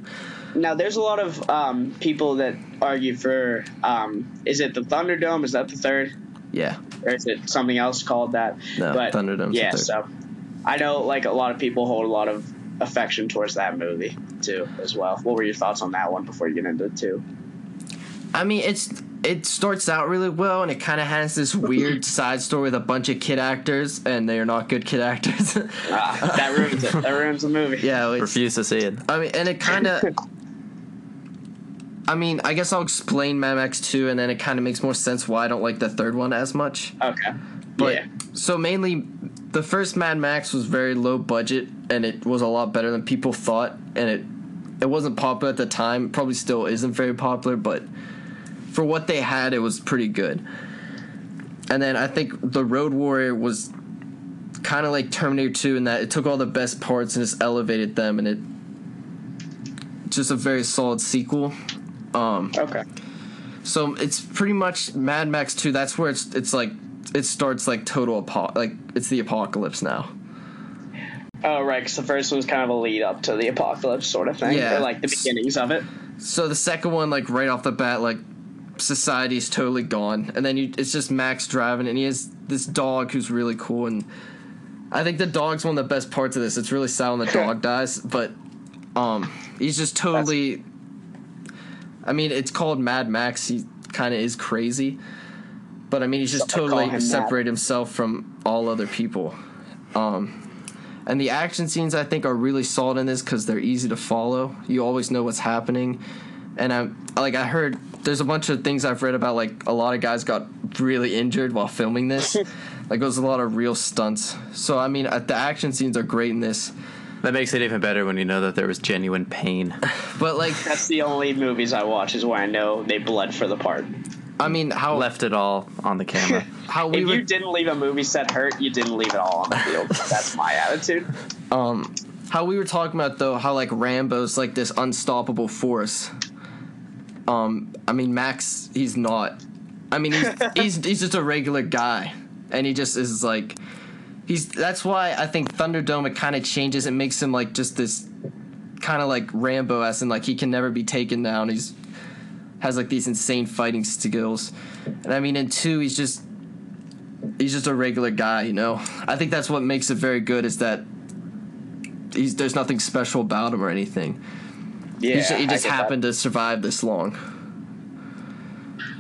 Now, there's a lot of um, people that argue for um, is it the Thunderdome? Is that the third? Yeah, Or is it something else called that? No, but, Thunderdome's the Yeah, third. so I know like a lot of people hold a lot of affection towards that movie too, as well. What were your thoughts on that one before you get into two? I mean it's it starts out really well, and it kind of has this weird side story with a bunch of kid actors, and they are not good kid actors. Ah, that ruins it. That ruins the movie. yeah, it's, Refuse to see it. I mean, and it kind of. I mean, I guess I'll explain Mad Max 2, and then it kind of makes more sense why I don't like the third one as much. Okay. But yeah. so mainly, the first Mad Max was very low budget, and it was a lot better than people thought, and it it wasn't popular at the time. Probably still isn't very popular, but for what they had, it was pretty good. And then I think the Road Warrior was kind of like Terminator 2 in that it took all the best parts and just elevated them, and it just a very solid sequel. Um, Okay. so it's pretty much Mad Max 2. That's where it's it's like it starts like total apo- like it's the apocalypse now. Oh, right. Because the first one was kind of a lead up to the apocalypse sort of thing, Yeah. or like the beginnings of it. So the second one, like right off the bat, like society's totally gone, and then you, it's just Max driving, and he has this dog who's really cool, and I think the dog's one of the best parts of this. It's really sad when the dog dies, but um, he's just totally. I mean, it's called Mad Max. He kind of is crazy, but I mean, he's just Some would call him totally mad. separated himself from all other people. Um, and the action scenes I think are really solid in this because they're easy to follow. You always know what's happening, and I'm like I heard there's a bunch of things I've read about like a lot of guys got really injured while filming this. like it was a lot of real stunts. So I mean uh, the action scenes are great in this, That makes it even better when you know that there was genuine pain. but like That's the only movies I watch is where I know they bled for the part. I mean how Left it all on the camera. how we if were you didn't leave a movie set hurt, you didn't leave it all on the field. That's my attitude. um how we were talking about though how like Rambo's like this unstoppable force. Um I mean Max he's not. I mean he's he's, he's just a regular guy and he just is like he's that's why I think Thunderdome it kind of changes it makes him like just this kind of like Rambo as in like he can never be taken down. He's has like these insane fighting skills. And I mean in 2 he's just he's just a regular guy, you know. I think that's what makes it very good is that he's there's nothing special about him or anything. Yeah, He just, he I just get that. happened to survive this long.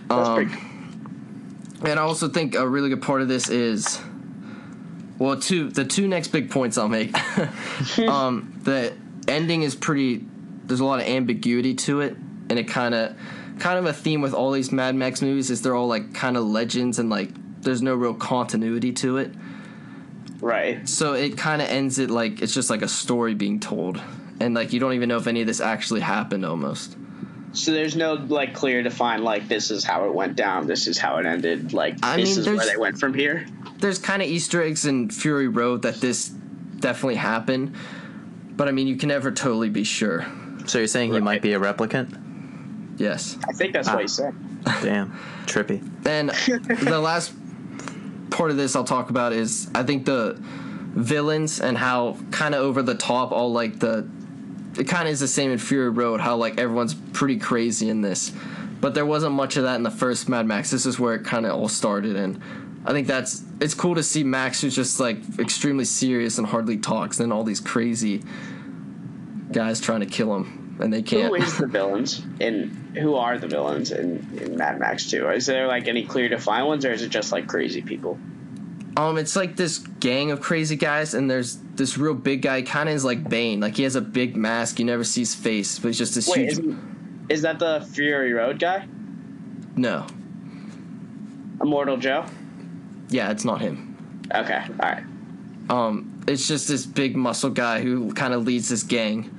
That's um, pretty cool. And I also think a really good part of this is, well, two the two next big points I'll make. um, the ending is pretty. There's a lot of ambiguity to it, and it kind of, kind of a theme with all these Mad Max movies is they're all like kind of legends and like there's no real continuity to it. right. So it kind of ends it like it's just like a story being told, and like you don't even know if any of this actually happened almost. So there's no like clear defined like this is how it went down, this is how it ended, like I this mean, is there's- where they went from here. there's kind of Easter eggs in Fury Road that this definitely happened, but I mean you can never totally be sure. so you're saying he Right. might be a replicant? Yes, I think that's Ah. what he said. Damn, trippy. and the last part of this I'll talk about is I think the villains and how kind of over the top all like the it kind of is the same in Fury Road how like everyone's pretty crazy in this, but there wasn't much of that in the first Mad Max. This is where it kind of all started and. I think that's it's cool to see Max who's just like extremely serious and hardly talks, and all these crazy guys trying to kill him and they can't. Who is the villains and who are the villains in, in Mad Max 2? Is there like any clear defined ones or is it just like crazy people? Um, it's like this gang of crazy guys, and there's this real big guy. Kind of is like Bane. Like he has a big mask. You never see his face, but he's just this Wait, huge. isn't, is that the Fury Road guy? No, Immortal Joe? yeah, it's not him. Okay, alright. Um, it's just this big muscle guy who kind of leads this gang.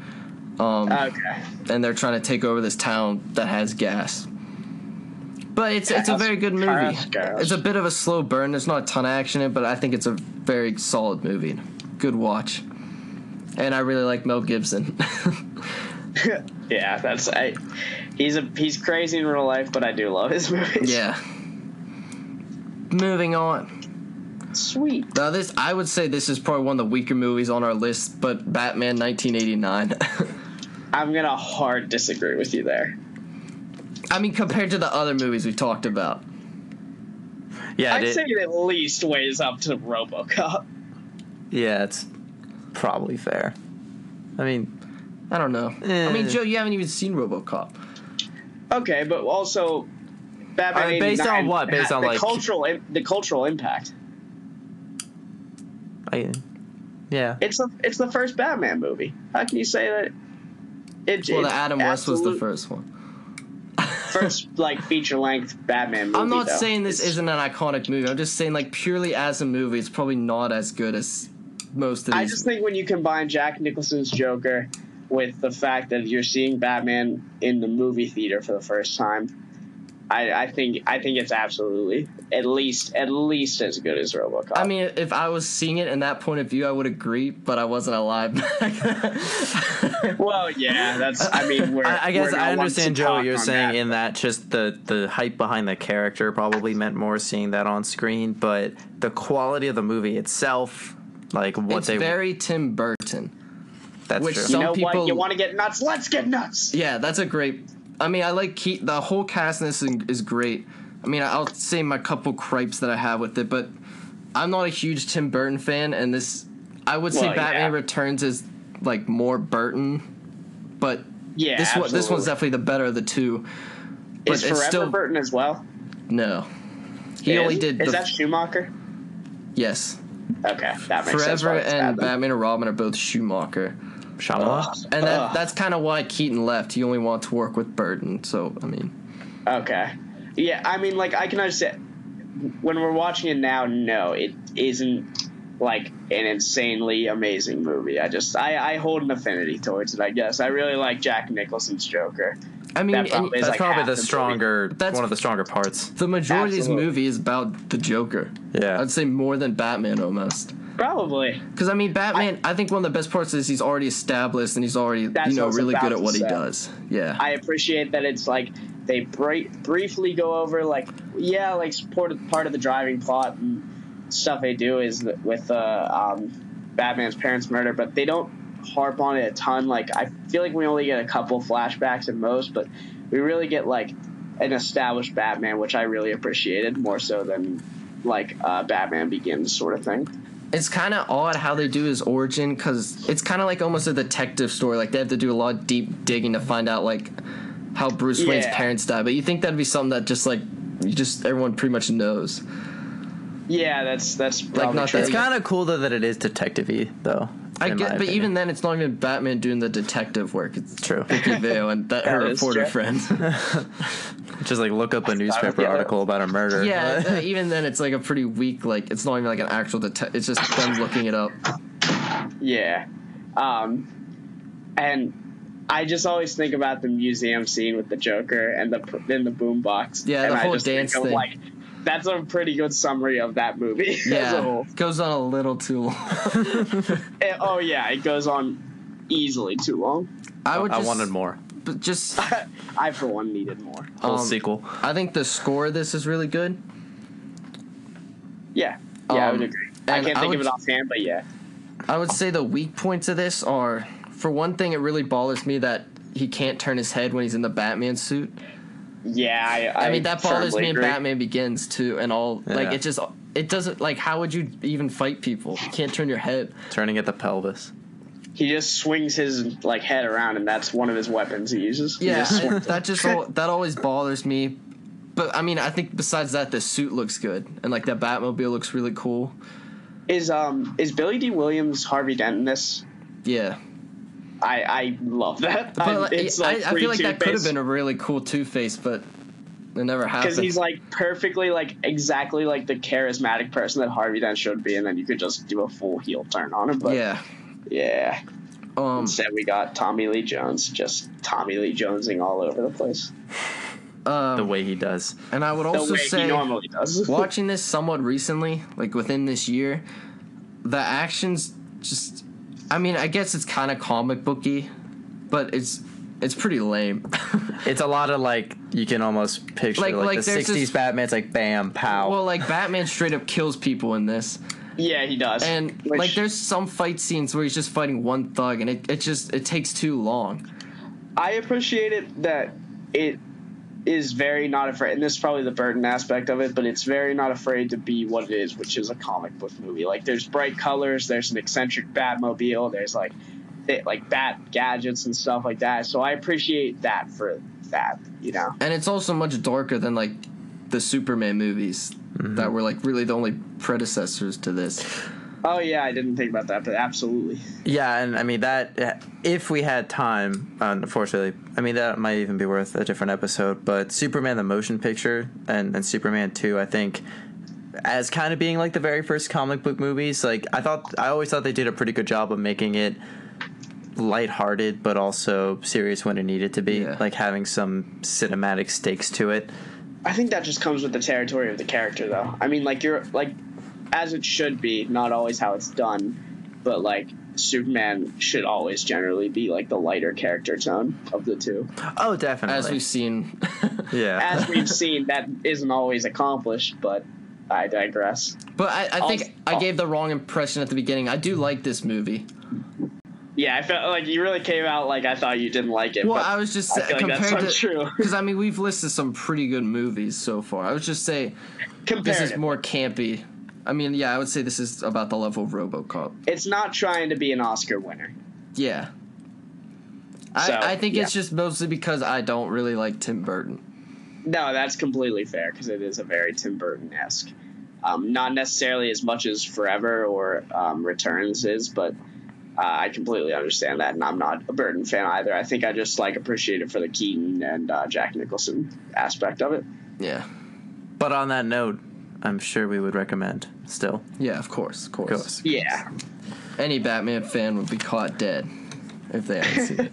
Um, Okay. and they're trying to take over this town that has gas. But it's it's a Gas, very good movie. gas, gas. It's a bit of a slow burn. There's not a ton of action in it, but I think it's a very solid movie. Good watch. And I really like Mel Gibson. Yeah, that's I he's a he's crazy in real life, but I do love his movies. Yeah. Moving on. Sweet. Now this I would say this is probably one of the weaker movies on our list, but Batman 1989. I'm gonna hard disagree with you there. I mean compared to the other movies we've talked about. Yeah, I'd it, say it at least weighs up to RoboCop. yeah, it's probably fair. I mean, I don't know. I mean Eh. Joe, you haven't even seen RoboCop. Okay, but also Batman. Uh, Alright, based on 89 what? Based had on, the like- cultural im- the cultural impact. I, yeah. It's the it's the first Batman movie. How can you say that? It, Well, it's the Adam West was the absolute first one. first like feature length Batman movie. I'm not though. saying this It's- isn't an iconic movie. I'm just saying, like, purely as a movie, it's probably not as good as most of these. I just think when you combine Jack Nicholson's Joker with the fact that you're seeing Batman in the movie theater for the first time, I, I think I think it's absolutely at least at least as good as RoboCop. I mean, if I was seeing it in that point of view, I would agree, but I wasn't alive back then. well, yeah, that's. I mean, we're, I, I guess we're not I ones to understand, Joe, talk what you're on saying that. in that just the, the hype behind the character probably meant more seeing that on screen, but the quality of the movie itself, like what it's they very Tim Burton. that's which true. some- you know people- what? You want to get nuts? Let's get nuts. Yeah, that's a great. I mean, I like Keith. The whole cast in this is, is great. I mean, I'll say my couple gripes that I have with it, but I'm not a huge Tim Burton fan, and this I would say Well, Batman yeah. Returns is like more Burton, but Yeah, this one this one's absolutely. definitely the better of the two. But Is it's Forever still Burton as well? no. He Is- only did Is the, that Schumacher? yes. Okay, that makes sense. Forever why it's and bad then. Batman and Robin are both Schumacher. Shyamalan? And that, Ugh. that's kind of why Keaton left. He only wanted to work with Burton. So, I mean, Okay. Yeah, I mean, like I can understand when we're watching it now. No, it isn't like an insanely amazing movie. I just I, I hold an affinity towards it. I guess I really like Jack Nicholson's Joker. I mean, That probably and That's like probably half the the movie. stronger That's- one of the stronger parts. the majority of Absolutely. this movie is about the Joker. Yeah. I'd say more than Batman almost. Probably. Because, I mean, Batman, I, think one of the best parts is he's already established and he's already, That's you what I know, was really about good at to what he say. does. Yeah. I appreciate that it's like they bri- briefly go over like yeah, like part of, part of the driving plot and stuff they do is th- with uh, um, Batman's parents' murder, but they don't harp on it a ton. Like I feel like we only get a couple flashbacks at most, but we really get like an established Batman, which I really appreciated more so than like uh, Batman Begins sort of thing. it's kind of odd how they do his origin because it's kind of like almost a detective story. Like they have to do a lot of deep digging to find out like how Bruce Wayne's Yeah. parents died. But you think that'd be something that just like you just everyone pretty much knows. Yeah, that's that's probably not true. that- It's kind of cool though that it is detective-y though. I in get, my but opinion. even then, it's not even Batman doing the detective work. It's True. Vicky Vale and that, her That is reporter true. friend. just like look up a newspaper yeah. article about a murder. yeah, uh, even then, it's like a pretty weak. Like it's not even like an actual detective. It's just them looking it up. Yeah. Um, and I just always think about the museum scene with the Joker and the then the boombox. Yeah, the and I whole just think dance of, thing. Like, that's a pretty good summary of that movie. as a Yeah, whole. goes on a little too long. Eh, oh yeah, it goes on easily too long. I would. I just- wanted more. but Just I for one needed more. Whole Um, sequel. I think the score of this is really good. Yeah. Yeah, I would Um, agree. I and can't I think of would- it offhand, but yeah. I would say the weak points of this are, for one thing, it really bothers me that he can't turn his head when he's in the Batman suit. Yeah, I, I, mean, that bothers firmly me, and agree. Batman Begins too, and all. Like, Yeah. it just it doesn't like. How would you even fight people? You can't turn your head. Turning at the pelvis. He just swings his like head around, and that's one of his weapons he uses. He Yeah, just I- swings it. that just all, that always bothers me. But I mean, I think besides that, the suit looks good, and like that Batmobile looks really cool. is um is Billy D. Williams Harvey Dent in this? Yeah, I, I love that. but I, like, it's I, like I feel like that could have been a a really cool Two Face, but it never happened. because he's like perfectly like exactly like the charismatic person that Harvey Dent should be, and then you could just do a full heel turn on him. But yeah, yeah. Um, Instead, we got Tommy Lee Jones just Tommy Lee Jonesing all over the place. um, The way he does. and I would The also way say he normally does. watching this somewhat recently, like within this year, the actions just I mean, I guess it's kind of comic booky, but it's it's pretty lame. It's a lot of like you can almost picture Like- like, like the there's '60s this- Batman. It's like bam, pow. well, like Batman straight up kills people in this. yeah, he does. And Which- like there's some fight scenes where he's just fighting one thug and it, it just it takes too long. I appreciate it that it is very not afraid, and this is probably the burden aspect of it, but it's very not afraid to be what it is, which is a comic book movie. Like there's bright colors, there's an eccentric Batmobile, there's like th- like bat gadgets and stuff like that. So I appreciate that for that, you know. And it's also much darker than like the Superman movies Mm-hmm. that were like really the only predecessors to this. Oh yeah, I didn't think about that, but absolutely. yeah, and I mean that. If we had time, unfortunately, I mean that might even be worth a different episode. But Superman the motion picture and and Superman two, I think. As kind of being like the very first comic book movies, like I thought, I always thought they did a pretty good job of making it lighthearted but also serious when it needed to be, Yeah. like having some cinematic stakes to it. I think that just comes with the territory of the character, though. I mean, like you're like, as it should be, not always how it's done, but like Superman should always generally be like the lighter character tone of the two. Oh, definitely. as we've seen. yeah. As we've seen, that isn't always accomplished, but I digress. but I, I think I'll- I gave the wrong impression at the beginning. I do like this movie. Yeah, I felt like you really came out like I thought you didn't like it. Well, but I was just I feel like that's compared to untrue. because I mean we've listed some pretty good movies so far. I was just saying this compared is more campy. I mean, yeah, I would say this is about the level of RoboCop. it's not trying to be an Oscar winner. Yeah. I, So, I think it's yeah. just mostly because I don't really like Tim Burton. No, that's completely fair because it is a very Tim Burton esque. Um, not necessarily as much as Forever or um, Returns is, but uh, I completely understand that, and I'm not a Burton fan either. I think I just like appreciate it for the Keaton and uh, Jack Nicholson aspect of it. Yeah. but on that note, I'm sure we would recommend still. Yeah, of course, of course. Goes. Yeah, Any Batman fan would be caught dead if they hadn't seen it.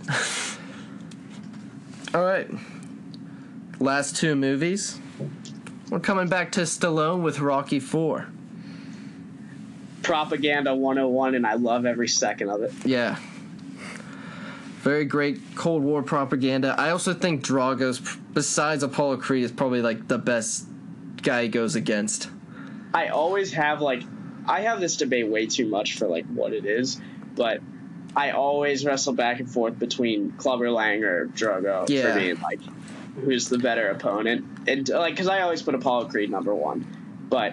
All right. Last two movies. We're coming back to Stallone with Rocky 4. propaganda 101, and I love every second of it. Yeah. Very great Cold War propaganda. I also think Drago's, besides Apollo Creed, is probably like the best guy he goes against. I always have like I have this debate way too much for like what it is, but I always wrestle back and forth between Clubber Lang or Drogo Yeah. for being like who's the better opponent, and like because I always put Apollo Creed number one, but.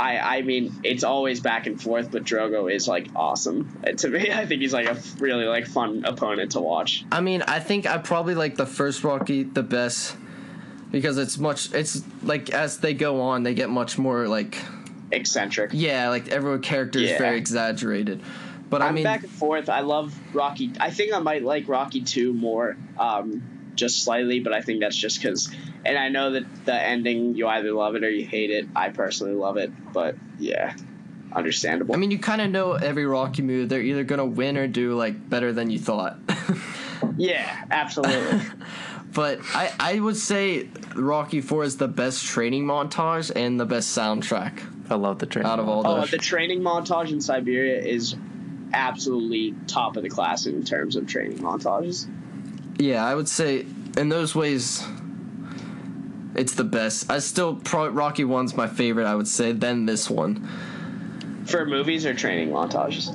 I, I mean it's always back and forth, but Drogo is like awesome And to me. I think he's like a f- really like fun opponent to watch. I mean, I think I probably like the first Rocky the best because it's much, it's like as they go on, they get much more like Eccentric. Yeah, like every character is Yeah. very exaggerated. But I I'm mean, back and forth. I love Rocky. I think I might like Rocky two more, um, just slightly, but I think that's just because. And I know that the ending, you either love it or you hate it. I personally love it, but yeah, understandable. I mean, you kind of know every Rocky move. They're either gonna win or do like better than you thought. yeah, absolutely. but I, I would say Rocky Four is the best training montage and the best soundtrack I love the train. out of all oh, those. the training montage in Siberia is absolutely top of the class in terms of training montages. yeah, I would say in those ways, it's the best. I still pro- Rocky One's my favorite. I would say then this one For movies or training montages?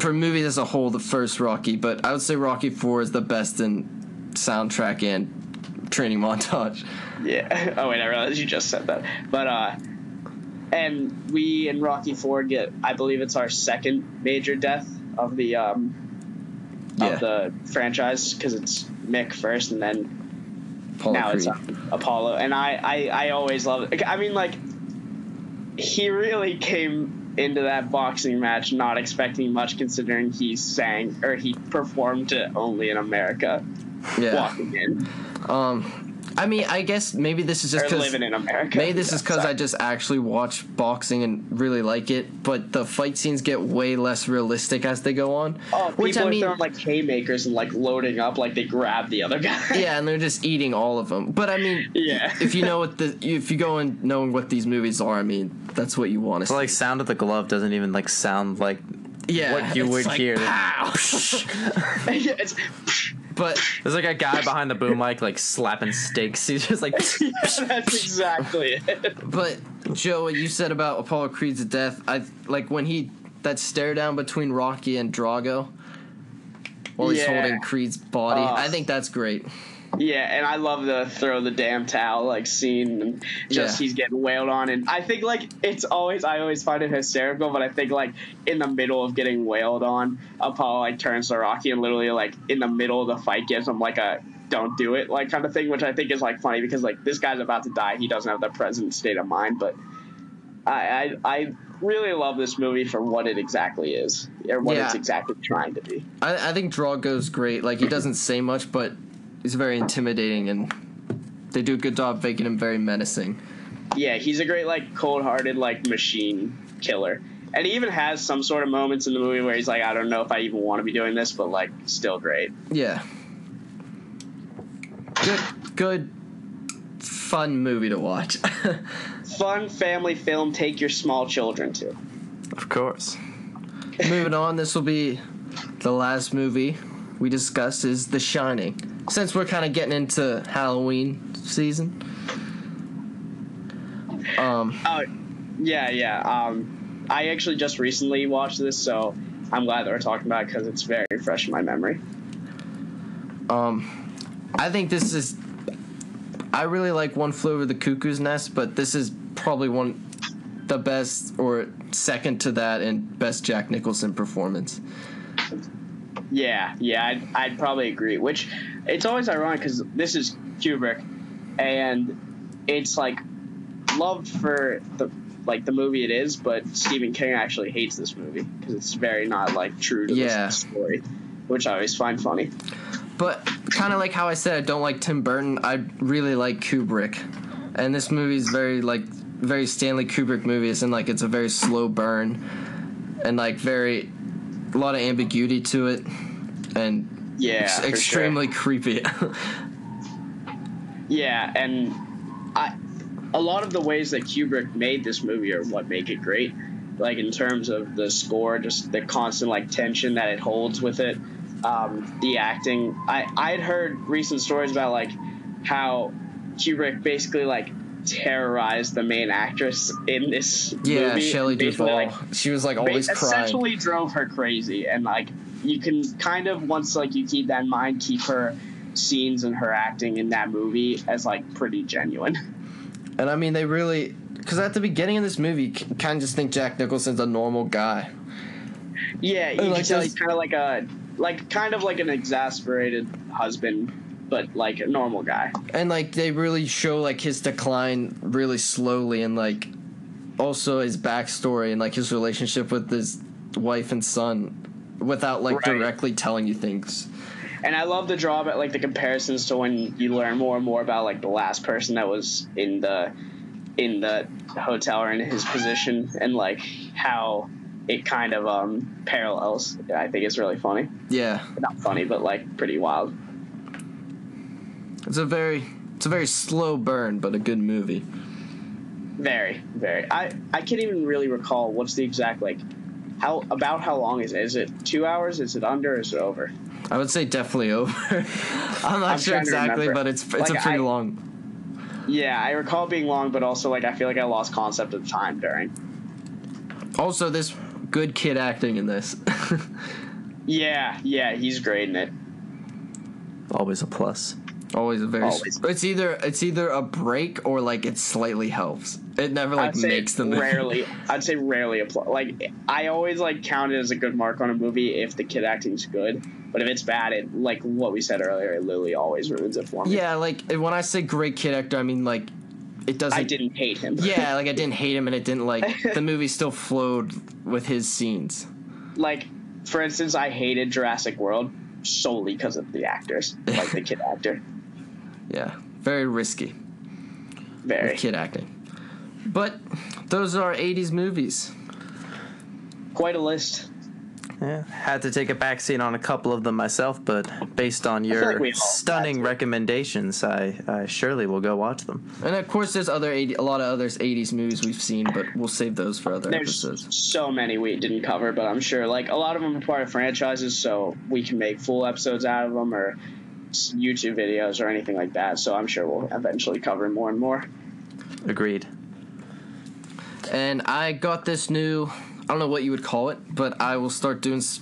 for movies as a whole, the first Rocky. But I would say Rocky Four is the best in soundtrack and training montage. Yeah. Oh wait, I realized you just said that. But uh, and we in Rocky Four get, I believe it's our second major death of the um Yeah. of the franchise because it's Mick first and then Apollo now it's Creed. um, Apollo. And I I I always love it. I mean like he really came into that boxing match not expecting much considering he sang or he performed it only in America yeah. walking in Um, I mean, I guess maybe this is just or because living in America. maybe this Yeah, is because sorry. I just actually watch boxing and really like it, but the fight scenes get way less realistic as they go on. Oh, which people I mean, are throwing like haymakers and like loading up, like they grab the other guy. yeah, and they're just eating all of them. But I mean, yeah. if you know what the if you go in knowing what these movies are, I mean, that's what you want to Like sound of the glove doesn't even like sound like see. Yeah, what you it's would like, hear. "Pow!" Yeah, it's, but There's like a guy behind the boom mic like slapping steaks. He's just like that's exactly it. But Joe, what you said about Apollo Creed's death, I like when he that stare down between Rocky and Drago while he's Yeah. holding Creed's body. Oh. I think that's great. Yeah, and I love the throw the damn towel like scene, and just Yeah. he's getting wailed on, and I think like it's always I always find it hysterical, but I think like in the middle of getting wailed on, Apollo like turns to Rocky and literally like in the middle of the fight gives him like a don't do it like kind of thing, which I think is like funny because like this guy's about to die, he doesn't have the present state of mind, but I I, I really love this movie for what it exactly is or what Yeah. it's exactly trying to be. I, I think Drago's great. Like he doesn't say much, but he's very intimidating, and they do a good job making him very menacing. Yeah, he's a great like cold-hearted like machine killer. And he even has some sort of moments in the movie where he's like, I don't know if I even want to be doing this, but like still great. Yeah. Good, good fun movie to watch. Fun family film. Take your small children to. Of course. Moving on, this will be the last movie we discussed is The Shining. Since we're kind of getting into Halloween season. Um, Oh, yeah, yeah. Um, I actually just recently watched this, so I'm glad that we're talking about it because it's very fresh in my memory. um, I think this is. I really like One Flew Over the Cuckoo's Nest, but this is probably one the best or second to that and best Jack Nicholson performance. Yeah, yeah, I'd, I'd probably agree. Which it's always ironic because this is Kubrick, and it's like loved for the like the movie it is, but Stephen King actually hates this movie because it's very not like true to Yeah. the story, which I always find funny. But kind of like how I said I don't like Tim Burton, I really like Kubrick, and this movie is very like very Stanley Kubrick movie. It's in like it's a very slow burn, and like very a lot of ambiguity to it, and Yeah, it's for sure. extremely creepy. Yeah, and I, a lot of the ways that Kubrick made this movie are what make it great. Like in terms of the score, just the constant like tension that it holds with it, um, the acting. I I'd heard recent stories about like how Kubrick basically like terrorized the main actress in this yeah, movie. Shelley basically, Duvall. like, she was like always ba- crying. essentially drove her crazy and like you can kind of once like you keep that in mind keep her scenes and her acting in that movie as like pretty genuine And I mean, they really because at the beginning of this movie, you kind of just think Jack Nicholson's a normal guy. yeah you like can tell this- he's kind of like a like kind of like an exasperated husband but like a normal guy and like they really show like his decline really slowly and like also his backstory and like his relationship with his wife and son without like Right. directly telling you things and i love the draw about like the comparisons to when you learn more and more about like the last person that was in the in the hotel or in his position and like how it kind of um parallels i think it's really funny yeah not funny, but like pretty wild. it's a very it's a very slow burn but a good movie Very, very. I I can't even really recall what's the exact like how about how long is it? Is it two hours? Is it under? Is it over? i would say definitely over i'm not I'm sure trying to exactly remember. but it's it's a Like, pretty I- long Yeah, I recall it being long, but also like I feel like I lost concept of time during. also this good kid acting in this Yeah, yeah, he's great in it. Always a plus. always a very Always. it's either it's either a break or like it slightly helps it never like I'd say makes the movie rarely. I'd say rarely apply. Like I always like count it as a good mark on a movie if the kid acting's good, but if it's bad, it like what we said earlier, it literally always ruins it for me. Yeah, like when I say great kid actor, I mean like it doesn't. I didn't hate him. Yeah, like I didn't hate him, and it didn't like the movie still flowed with his scenes. like for instance i hated jurassic world solely because of the actors like the kid actor Yeah, very risky very kid acting. But those are '80s movies. quite a list Yeah. Had to take a backseat on a couple of them myself, but based on feel like your we all had stunning recommendations, I, I surely will go watch them. And of course, there's other 80, a lot of other '80s movies we've seen, but we'll save those for other there's episodes. so many we didn't cover but i'm sure like a lot of them are part of franchises so we can make full episodes out of them or s- youtube videos or anything like that so i'm sure we'll eventually cover more and more Agreed. And I got this new, I don't know what you would call it, but I will start doing s-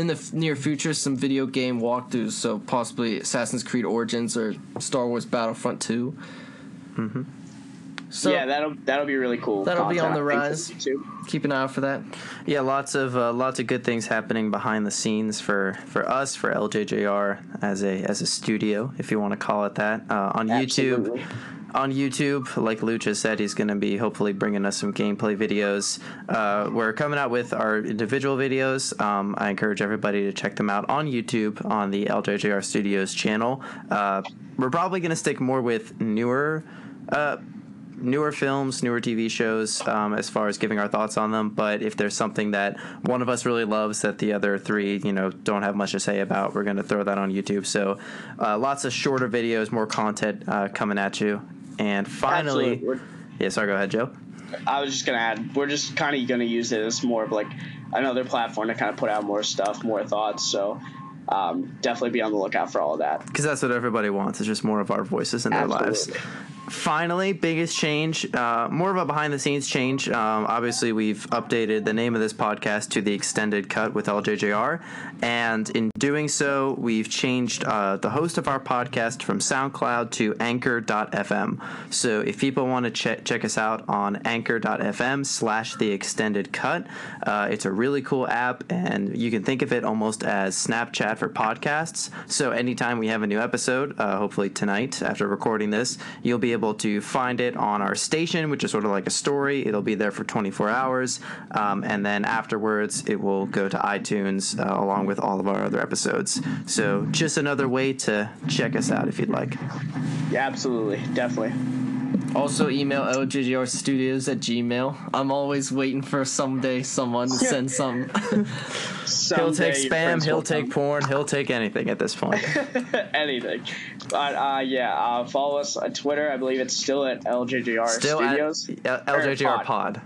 in the f- near future some video game walkthroughs. So possibly Assassin's Creed Origins or Star Wars Battlefront 2. Mm-hmm. So yeah that'll that'll be really cool That'll be on the I think, rise. for YouTube. keep an eye out for that. Yeah, lots of uh, lots of good things happening behind the scenes for, for us for LJJR as a as a studio, if you want to call it that, uh, on YouTube. Absolutely. on YouTube, like Lucha said, he's going to be hopefully bringing us some gameplay videos. Uh, we're coming out with our individual videos. Um, I encourage everybody to check them out on YouTube on the LJJR Studios channel. Uh, we're probably going to stick more with newer. Uh, newer films, newer TV shows, um, as far as giving our thoughts on them. But if there's something that one of us really loves that the other three, you know, don't have much to say about, we're going to throw that on YouTube. So uh, lots of shorter videos, more content uh, coming at you. And finally, Absolutely. We're- yeah, sorry, go ahead, Joe. I was just gonna add, we're just kind of gonna use it as more of like another platform to kind of put out more stuff, more thoughts. So um, definitely be on the lookout for all of that. because that's what everybody wants. It's just more of our voices in their Absolutely. lives. Finally, biggest change, uh, more of a behind the scenes change. Um, obviously, we've updated the name of this podcast to the Extended Cut with LJJR, and in doing so, we've changed uh, the host of our podcast from SoundCloud to Anchor.fm. So, if people want to check check us out on Anchor.fm/slash The Extended Cut, uh, it's a really cool app, and you can think of it almost as Snapchat for podcasts. So anytime we have a new episode, uh, hopefully tonight after recording this, you'll be able to find it on our station, which is sort of like a story. It'll be there for 24 hours, um, and then afterwards, it will go to iTunes uh, along with all of our other episodes. So just another way to check us out if you'd like. Yeah, absolutely, definitely. Also, email LJJRstudios at Gmail. I'm always waiting for someday someone to send some. He'll Someday your take spam, friends he'll will take come. porn, he'll take anything at this point. anything. But uh, yeah, uh, follow us on Twitter. I believe it's still at LJJR Still at Studios. L- LJJR Or Pod.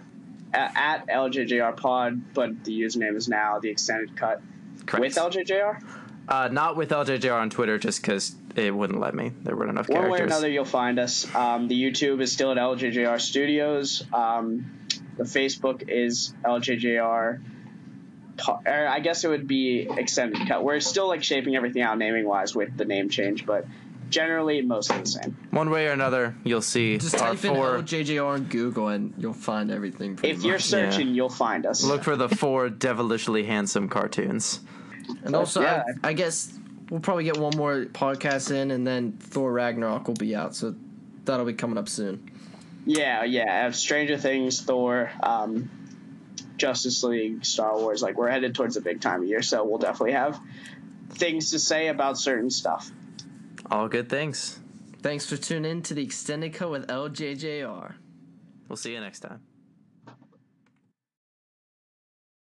A- at LJJR Pod, but the username is now the extended cut Correct. with LJJR. Uh, not with LJJR on Twitter, just because it wouldn't let me. There weren't enough One characters. way or another, you'll find us. Um, the YouTube is still at LJJR Studios. Um, the Facebook is LJJR. po- Or I guess it would be extended cut. We're still like shaping everything out naming wise with the name change, but generally mostly the same. One way or another, you'll see Just our type in four. LJJR in Google and you'll find everything. pretty If you're much. searching, you'll find us. Look for the four devilishly handsome cartoons. and also, yeah. I, I guess we'll probably get one more podcast in, and then Thor Ragnarok will be out. So that'll be coming up soon. yeah, yeah. uh, Stranger Things, Thor, um, Justice League, Star Wars. Like we're headed towards a big time of year, so we'll definitely have things to say about certain stuff. All good things. Thanks for tuning in to the Extended Cut with LJJR. We'll see you next time.